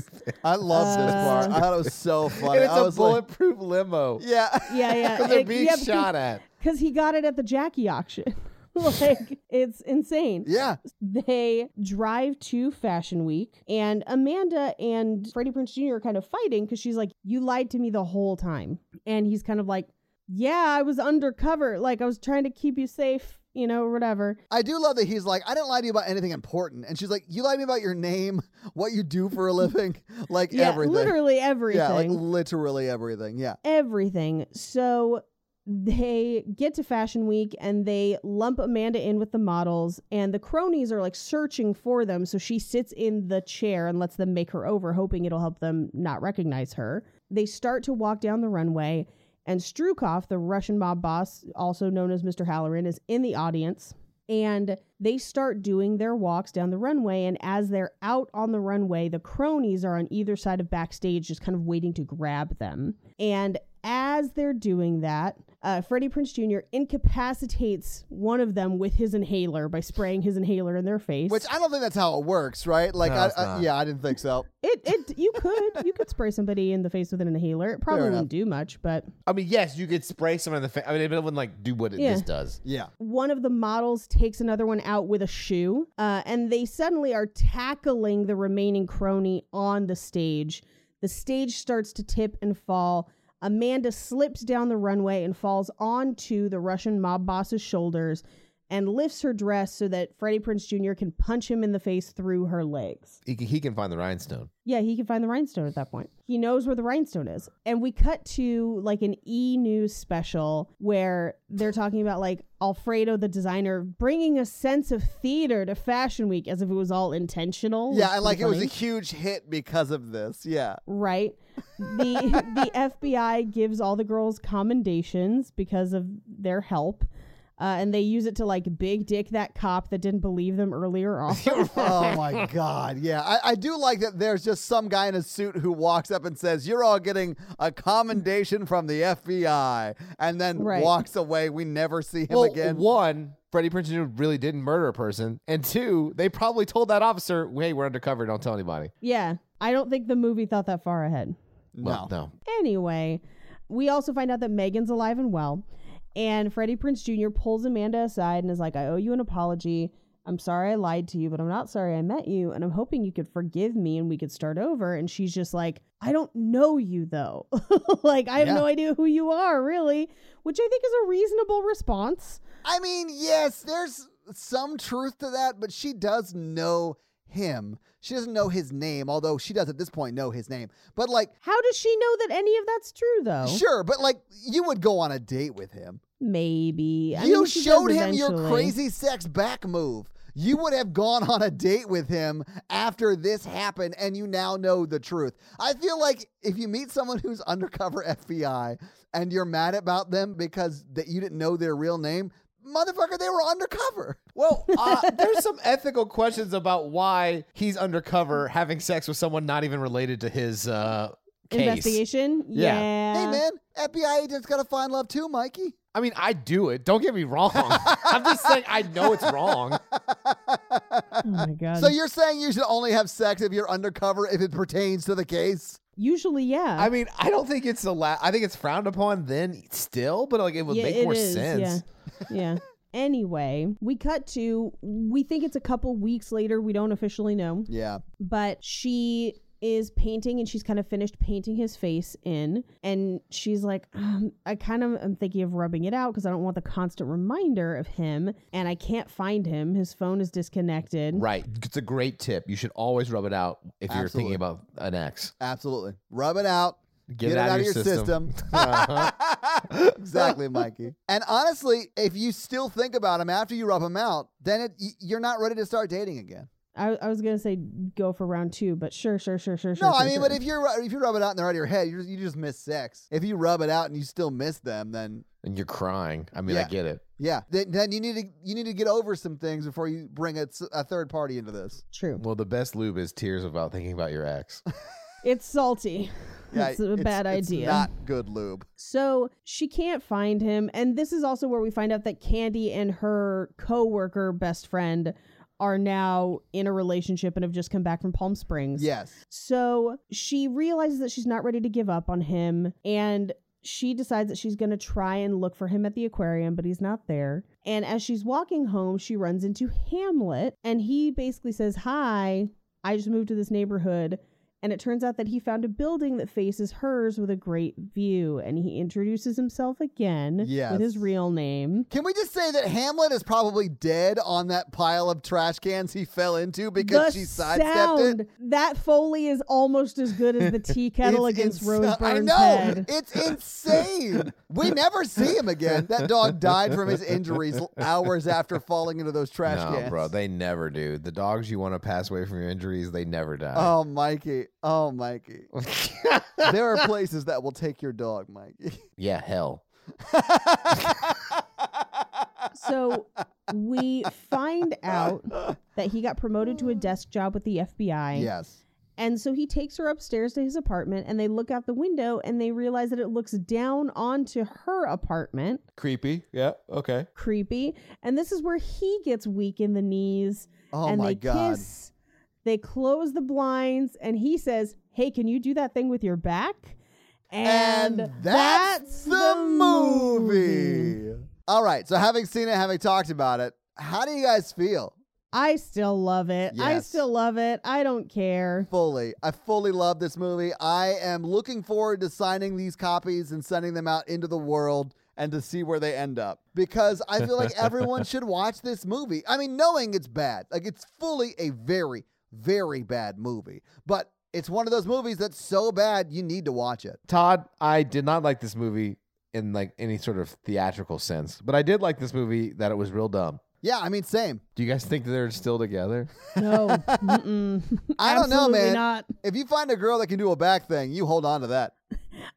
I love this
Uh,
part. I thought it was so funny.
And it's
I
a
was like,
bulletproof limo.
yeah.
Yeah, yeah.
They're being shot at.
Because he got it at the Jackie auction. like, it's insane.
Yeah.
they drive to Fashion Week, and Amanda and Freddie Prince Jr. are kind of fighting because she's like, You lied to me the whole time. And he's kind of like, Yeah, I was undercover. Like, I was trying to keep you safe, you know, whatever.
I do love that he's like, I didn't lie to you about anything important. And she's like, You lied to me about your name, what you do for a living, like
Yeah,
everything.
literally everything.
Yeah, like literally everything. Yeah.
everything. So they get to Fashion Week and they lump Amanda in with the models, and the cronies are like searching for them. So she sits in the chair and lets them make her over, hoping it'll help them not recognize her. They start to walk down the runway, and Strukov, the Russian mob boss, also known as Mr. Halloran, is in the audience. And they start doing their walks down the runway. And as they're out on the runway, the cronies are on either side of backstage, just kind of waiting to grab them. And as they're doing that, uh, Freddie Prince Jr. incapacitates one of them with his inhaler by spraying his inhaler in their face.
Which I don't think that's how it works, right? Like,
No,
I,
it's
I-
not.
yeah, I didn't think so.
it, it you could you could spray somebody in the face with an inhaler. It probably wouldn't do much, but
I mean, yes, you could spray someone in the face. I mean, but it wouldn't like do what it,
Yeah.
this does.
Yeah,
one of the models takes another one out with a shoe, uh, and they suddenly are tackling the remaining crony on the stage. The stage starts to tip and fall. Amanda slips down the runway and falls onto the Russian mob boss's shoulders and lifts her dress so that Freddie Prince Jr. can punch him in the face through her legs.
He can, he can find the rhinestone.
Yeah, he can find the rhinestone at that point. He knows where the rhinestone is. And we cut to like an E News special where they're talking about like Alfredo, the designer, bringing a sense of theater to Fashion Week as if it was all intentional.
yeah,
It's
and like it
pretty
was a
funny.
huge hit because of this. Yeah,
right. The the FBI gives all the girls commendations because of their help. Uh, and they use it to like big dick that cop that didn't believe them earlier on.
oh my god yeah I, I do like that there's just some guy in a suit who walks up and says you're all getting a commendation from the fbi and then
Right.
walks away we never see him
well,
again
one, Freddie Prinze Jr. really didn't murder a person, and two, they probably told that officer, "Hey, we're undercover. Don't tell anybody."
yeah. I don't think the movie thought that far ahead.
Well, no.
Anyway, we also find out that Megan's alive and well. And Freddie Prince Jr. pulls Amanda aside and is like, I owe you an apology. I'm sorry I lied to you, but I'm not sorry I met you. And I'm hoping you could forgive me and we could start over. And she's just like, I don't know you though. like, I have
Yeah.
no idea who you are, really, which I think is a reasonable response.
i mean yes there's some truth to that but she does know him she doesn't know his name although she does at this point know his name but like
How does she know that any of that's true though?
sure but like you would go on a date with him
Maybe. I
you
mean, she does
showed him your
eventually.
crazy sex back move. You would have gone on a date with him after this happened, and you now know the truth. I feel like if you meet someone who's undercover FBI and you're mad about them because that you didn't know their real name, motherfucker, they were undercover.
Well, uh, there's some ethical questions about why he's undercover having sex with someone not even related to his uh, case.
investigation.
Yeah.
Yeah.
hey, man, FBI agents gotta find love too, Mikey.
I mean, I do it. Don't get me wrong. I'm just saying I know it's wrong.
Oh my god.
So you're saying you should only have sex if you're undercover if it pertains to the case?
Usually, yeah.
I mean, I don't think it's allowed. I think it's frowned upon then still, but like it would make
it
more
is,
sense.
Yeah. yeah. Anyway, we cut to we think it's a couple weeks later, we don't officially know,
Yeah.
but she is painting and she's kind of finished painting his face in and she's like um, I kind of am thinking of rubbing it out because I don't want the constant reminder of him and I can't find him. His phone is disconnected.
Right. It's a great tip. You should always rub it out if you're
Absolutely.
thinking about an ex.
Absolutely. Rub it out.
Get it out of your system. Uh-huh.
exactly, Mikey. And honestly, if you still think about him after you rub him out, then it, y- you're not ready to start dating again.
I, I was gonna say go for round two, but sure, sure, sure, sure, sure.
No, I
sure,
mean,
sure.
but if you are if you rub it out and they're out of your head, you just, you just miss sex. If you rub it out and you still miss them, then
And you're crying. I mean, I
Yeah.
get it.
yeah, then, then you need to you need to get over some things before you bring a, s- a third party into this.
true.
Well, the best lube is tears about thinking about your ex.
It's salty.
Yeah,
it's a bad
it's
idea.
not good lube.
So she can't find him. And this is also where we find out that Candy and her co worker, best friend, are now in a relationship and have just come back from Palm Springs.
Yes.
So she realizes that she's not ready to give up on him. And she decides that she's going to try and look for him at the aquarium, but he's not there. And as she's walking home, she runs into Hamlet. And he basically says, Hi, I just moved to this neighborhood And it turns out that he found a building that faces hers with a great view. And he introduces himself again
Yes.
with his real name.
Can we just say that Hamlet is probably dead on that pile of trash cans he fell into because
The
she sidestepped
sound.
it?
That foley is almost as good as the tea kettle
It's
against
insa-
Rose
I
Byrne's
know
head.
it's insane. we never see him again. That dog died from his injuries l- hours after falling into those trash
no,
cans.
bro, they never do. The dogs you want to pass away from your injuries, they never die.
oh, Mikey. Oh, Mikey. there are places that will take your dog, Mikey.
Oh. yeah, hell.
So we find out that he got promoted to a desk job with the FBI.
yes.
And so he takes her upstairs to his apartment and they look out the window and they realize that it looks down onto her apartment.
Creepy. Yeah. Okay.
Creepy. And this is where he gets weak in the knees.
Oh
and
my
they
God.
kiss. They close the blinds and he says, Hey, can you do that thing with your back?
And that's the movie. All right. So, having seen it, having talked about it, how do you guys feel?
I still love it. I
Yes.
still love it. I don't care.
Fully. I fully love this movie. I am looking forward to signing these copies and sending them out into the world and to see where they end up because I feel like everyone should watch this movie. I mean, knowing it's bad, like it's fully a very, very bad movie, but it's one of those movies that's so bad you need to watch it.
Todd, I did not like this movie in like any sort of theatrical sense, but I did like this movie that it was real dumb.
Yeah, I mean, same.
Do you guys think that they're still together?
No. Mm-mm.
I don't know,
Absolutely
man.
Not.
If you find a girl that can do a back thing, you hold on to that.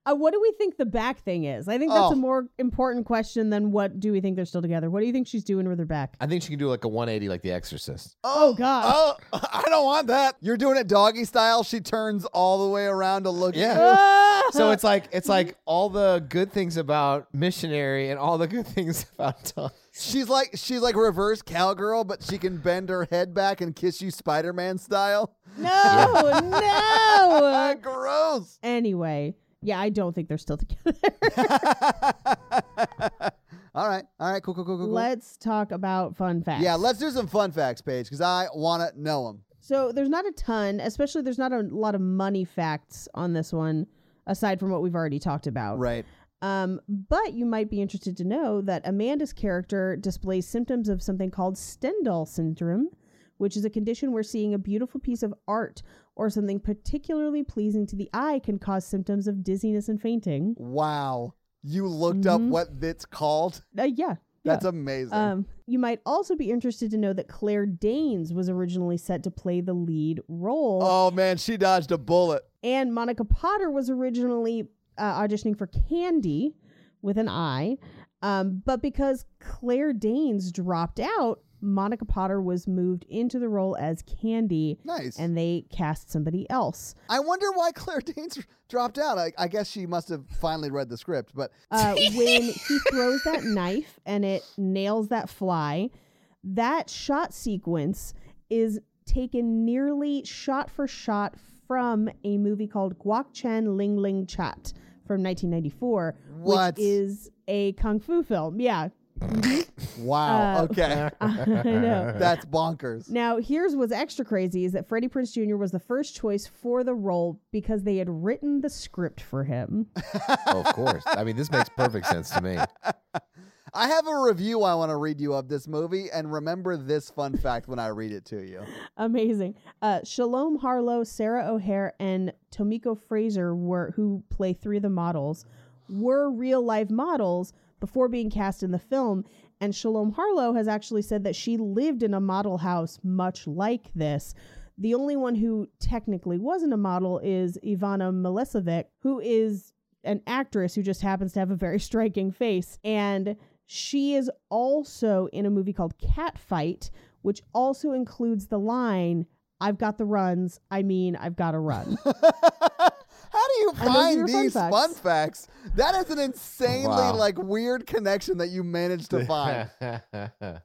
Uh, what do we think the back thing is? I think that's
Oh.
a more important question than what do we think they're still together? What do you think she's doing with her back?
I think she can do like a 180 like The Exorcist.
Oh, God.
Oh, I don't want that. You're doing it doggy style. She turns all the way around to look
Yeah.
at you.
So it's like it's like all the good things about missionary and all the good things about Todd.
She's like she's like reverse cowgirl, but she can bend her head back and kiss you Spider-Man style.
Uh, No,
Ah,
no.
gross.
Anyway, yeah, I don't think they're still together.
all right. All right, cool, cool, cool, cool, cool.
Let's talk about fun facts.
yeah, let's do some fun facts, Paige, because I wanna know them.
So there's not a ton, especially there's not a lot of money facts on this one, aside from what we've already talked about.
Right.
Um, but you might be interested to know that Amanda's character displays symptoms of something called Stendhal syndrome, which is a condition where seeing a beautiful piece of art or something particularly pleasing to the eye can cause symptoms of dizziness and fainting.
Wow. You looked up what it's called?
Uh, yeah.
That's
Mm-hmm. yeah.
amazing.
Um, you might also be interested to know that Claire Danes was originally set to play the lead role,
oh man, she dodged a bullet.
and Monica Potter was originally uh, auditioning for Candy with an I, um, but because Claire Danes dropped out, Monica Potter was moved into the role as Candy,
Nice.
and they cast somebody else.
I wonder why Claire Danes dropped out. I, I guess she must have finally read the script, but
uh, when he throws that knife and it nails that fly, that shot sequence is taken nearly shot for shot from a movie called Guak Chen Ling Ling Chat from 1994, which
What?
is a kung fu film. Yeah,
wow.
Uh,
okay.
I know.
That's bonkers.
Now, here's what's extra crazy is that Freddie Prince Jr. was the first choice for the role because they had written the script for him.
of course. I mean, this makes perfect sense to me.
I have a review I want to read you of this movie, and remember this fun fact when I read it to you.
Amazing. Uh, Shalom Harlow, Sarah O'Hare, and Tomiko Fraser were who play three of the models were real life models before being cast in the film. And Shalom Harlow has actually said that she lived in a model house much like this. The only one who technically wasn't a model is Ivana Milesevic, who is an actress who just happens to have a very striking face. And she is also in a movie called Cat Fight, which also includes the line, I've got the runs. I mean, I've got to run.
How do you
those are your
find
fun
these
facts.
fun facts? That is an insanely
Wow.
like weird connection that you managed to find.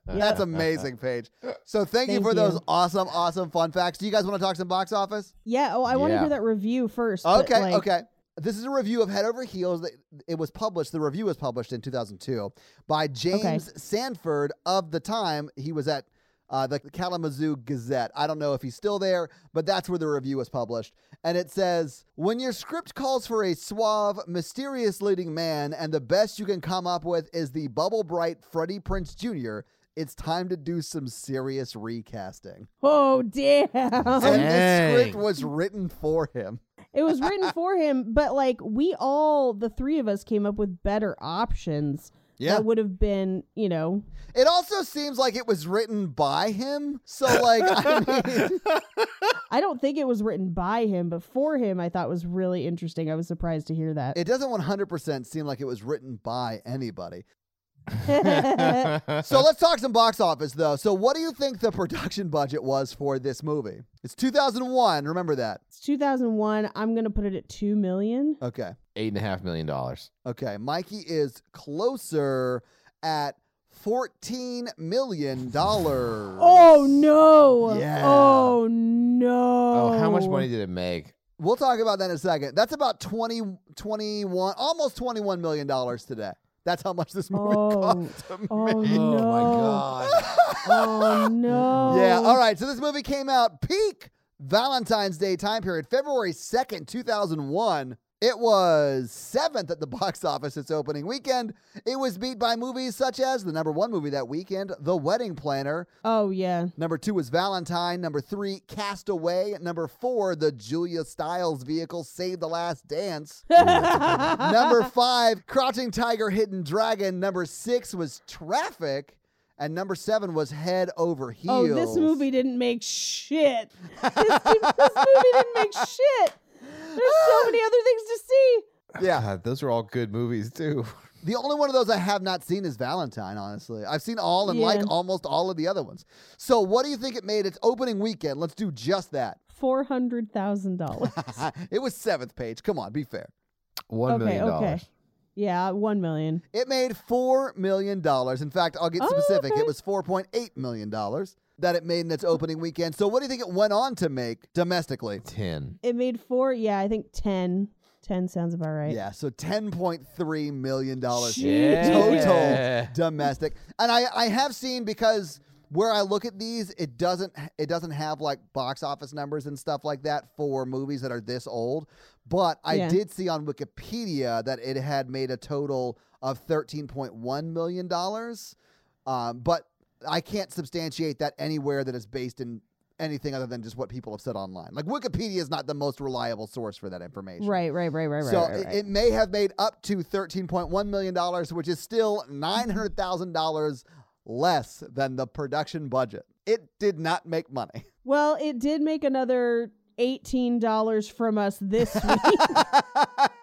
That's amazing, Paige. So thank, you
Thank
for those
you.
awesome, awesome fun facts. Do you guys want to talk some box office?
yeah. Oh, I want to
Yeah.
hear that review first. but,
Okay,
like,
okay. This is a review of Head Over Heels. That it was published. The review was published in 2002 by James Sanford of the time he was at uh, the Kalamazoo Gazette. I don't know if he's still there, but that's where the review was published. And it says When your script calls for a suave, mysterious leading man, and the best you can come up with is the bubble bright Freddie Prince Jr., it's time to do some serious recasting.
Oh damn.
And
Dang.
this script was written for him.
It was written for him, but like we all, the three of us came up with better options.
Yeah.
That would have been, you know,
It also seems like it was written by him. So, like, I mean,
I don't think it was written by him, but for him, I thought was really interesting. I was surprised to hear that.
it doesn't 100% seem like it was written by anybody. So, let's talk some box office, though. So, what do you think the production budget was for this movie? It's 2001. Remember that.
it's 2001. I'm going to put it at 2 million.
Okay.
Eight and a half million dollars.
Okay. Mikey is closer at $14 million.
Oh no.
Yeah.
Oh no.
Oh, how much money did it make?
We'll talk about that in a second. That's about 20, 21, almost $21 million today. That's how much this movie
Oh.
cost to
Oh
make.
no. Oh no.
Yeah. All right. So this movie came out peak Valentine's Day time period, February 2nd, 2001. It was seventh at the box office its opening weekend. It was beat by movies such as the number one movie that weekend, The Wedding Planner.
Oh yeah.
Number two was Valentine. Number three, Castaway. Number four, the Julia Stiles vehicle, Save the Last Dance. Number five, Crouching Tiger, Hidden Dragon. Number six was Traffic. And number seven was Head Over
Oh,
Heels.
this movie didn't make shit. This, this movie didn't make shit. There's so many other things to see.
Yeah.
God, those are all good movies too.
The only one of those I have not seen is Valentine, honestly. I've seen all and like
Yeah.
almost all of the other ones. So, what do you think it made its opening weekend? Let's do just that.
Four hundred thousand dollars.
it was seventh page. Come on, be fair.
One
Okay,
million
okay.
dollars.
Yeah, one million.
It made four million dollars. In fact, I'll get
Oh,
specific.
okay.
It was four point eight million dollars that it made in its opening weekend. So, what do you think it went on to make domestically?
Ten.
It made four. Yeah, I think ten. Ten sounds about right.
Yeah, so ten point three million dollars
Jeez.
total
Yeah.
domestic. And I, I have seen because where I look at these, it doesn't it doesn't have like box office numbers and stuff like that for movies that are this old. But I
Yeah.
did see on Wikipedia that it had made a total of thirteen point one million dollars. Um, but I can't substantiate that anywhere that is based in anything other than just what people have said online. Like Wikipedia is not the most reliable source for that information.
Right, right, right, right, right.
So
right,
it-
right.
it may have made up to $13.1 million, which is still $900,000 less than the production budget. It did not make money.
well, it did make another eighteen dollars from us this week.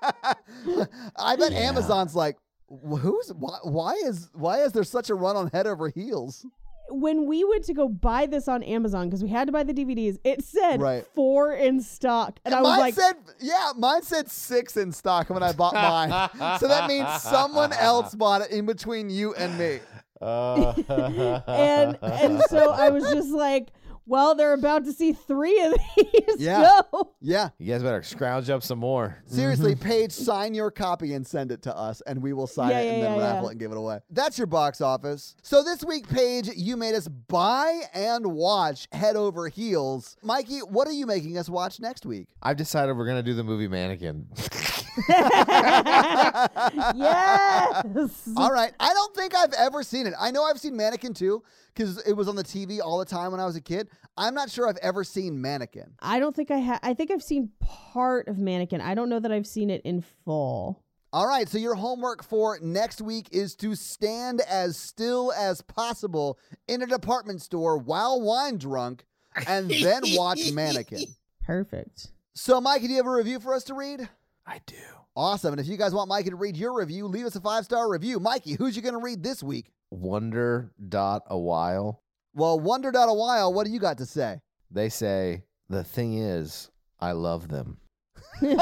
I bet
Yeah.
Amazon's like, "Wh- who's why, why is why is there such a run on head over heels?
when we went to go buy this on Amazon because we had to buy the DVDs, it said
Right.
four in stock, and I was
mine
like,
said yeah, mine said six in stock when I bought mine. so that means someone else bought it in between you and me.
and and so I was just like, well, they're about to see three of these.
Yeah.
go.
Yeah.
you guys better scrounge up some more.
Seriously, Paige, sign your copy and send it to us, and we will sign
Mm-hmm. Yeah,
it and
yeah,
then
yeah,
raffle
yeah.
it and give it away. That's your box office. So this week, Paige, you made us buy and watch Head Over Heels. Mikey, what are you making us watch next week?
I've decided we're gonna do the movie Mannequin.
Yes.
All right. I don't think I've ever seen it. I know I've seen Mannequin too, because it was on the TV all the time when I was a kid. I'm not sure I've ever seen Mannequin.
I don't think I have. I think I've seen part of Mannequin. I don't know that I've seen it in full.
All right, so your homework for next week is to stand as still as possible in a department store while wine drunk and then watch Mannequin.
Perfect.
So, Mikey, do you have a review for us to read?
I do.
Awesome. And if you guys want Mikey to read your review, leave us a five star review. Mikey, who's you going to read this week?
Wonder dot a while.
Well, wondered out a while. What do you got to say?
They say the thing is, I love them.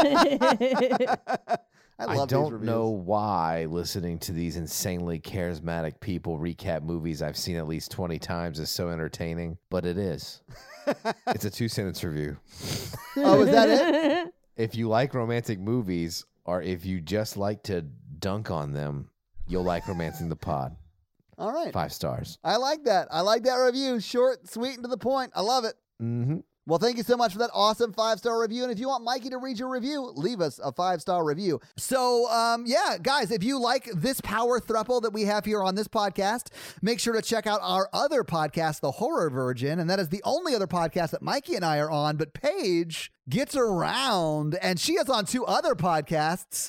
I,
I,
love these
don't
reviews.
know why listening to these insanely charismatic people recap movies I've seen at least 20 times is so entertaining, but it is. it's a two sentence review.
Oh, is that it?
If you like romantic movies or if you just like to dunk on them, you'll like Romancing the Pod.
All right.
Five stars.
I like that. I like that review. Short, sweet, and to the point. I love it.
Mm-hmm.
Well, thank you so much for that awesome five star review. And if you want Mikey to read your review, leave us a five star review. So, um, yeah, guys, if you like this power thruple that we have here on this podcast, make sure to check out our other podcast, The Horror Virgin. And that is the only other podcast that Mikey and I are on. But Paige gets around, and she is on two other podcasts.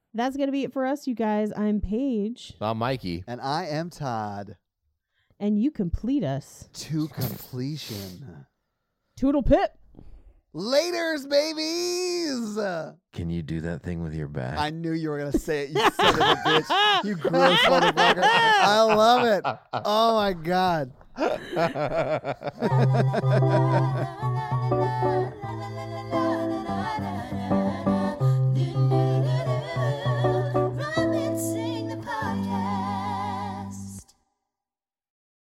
That's going to be it for us, you guys. I'm Paige,
Uh, Mikey.
And I am Todd
and you complete us.
to completion.
Toodle pip.
Laters, babies!
Can you do that thing with your back?
I knew you were going to say it, you son of a bitch. You gross motherfucker. I love it. Oh my God.
la, la, la, la, la.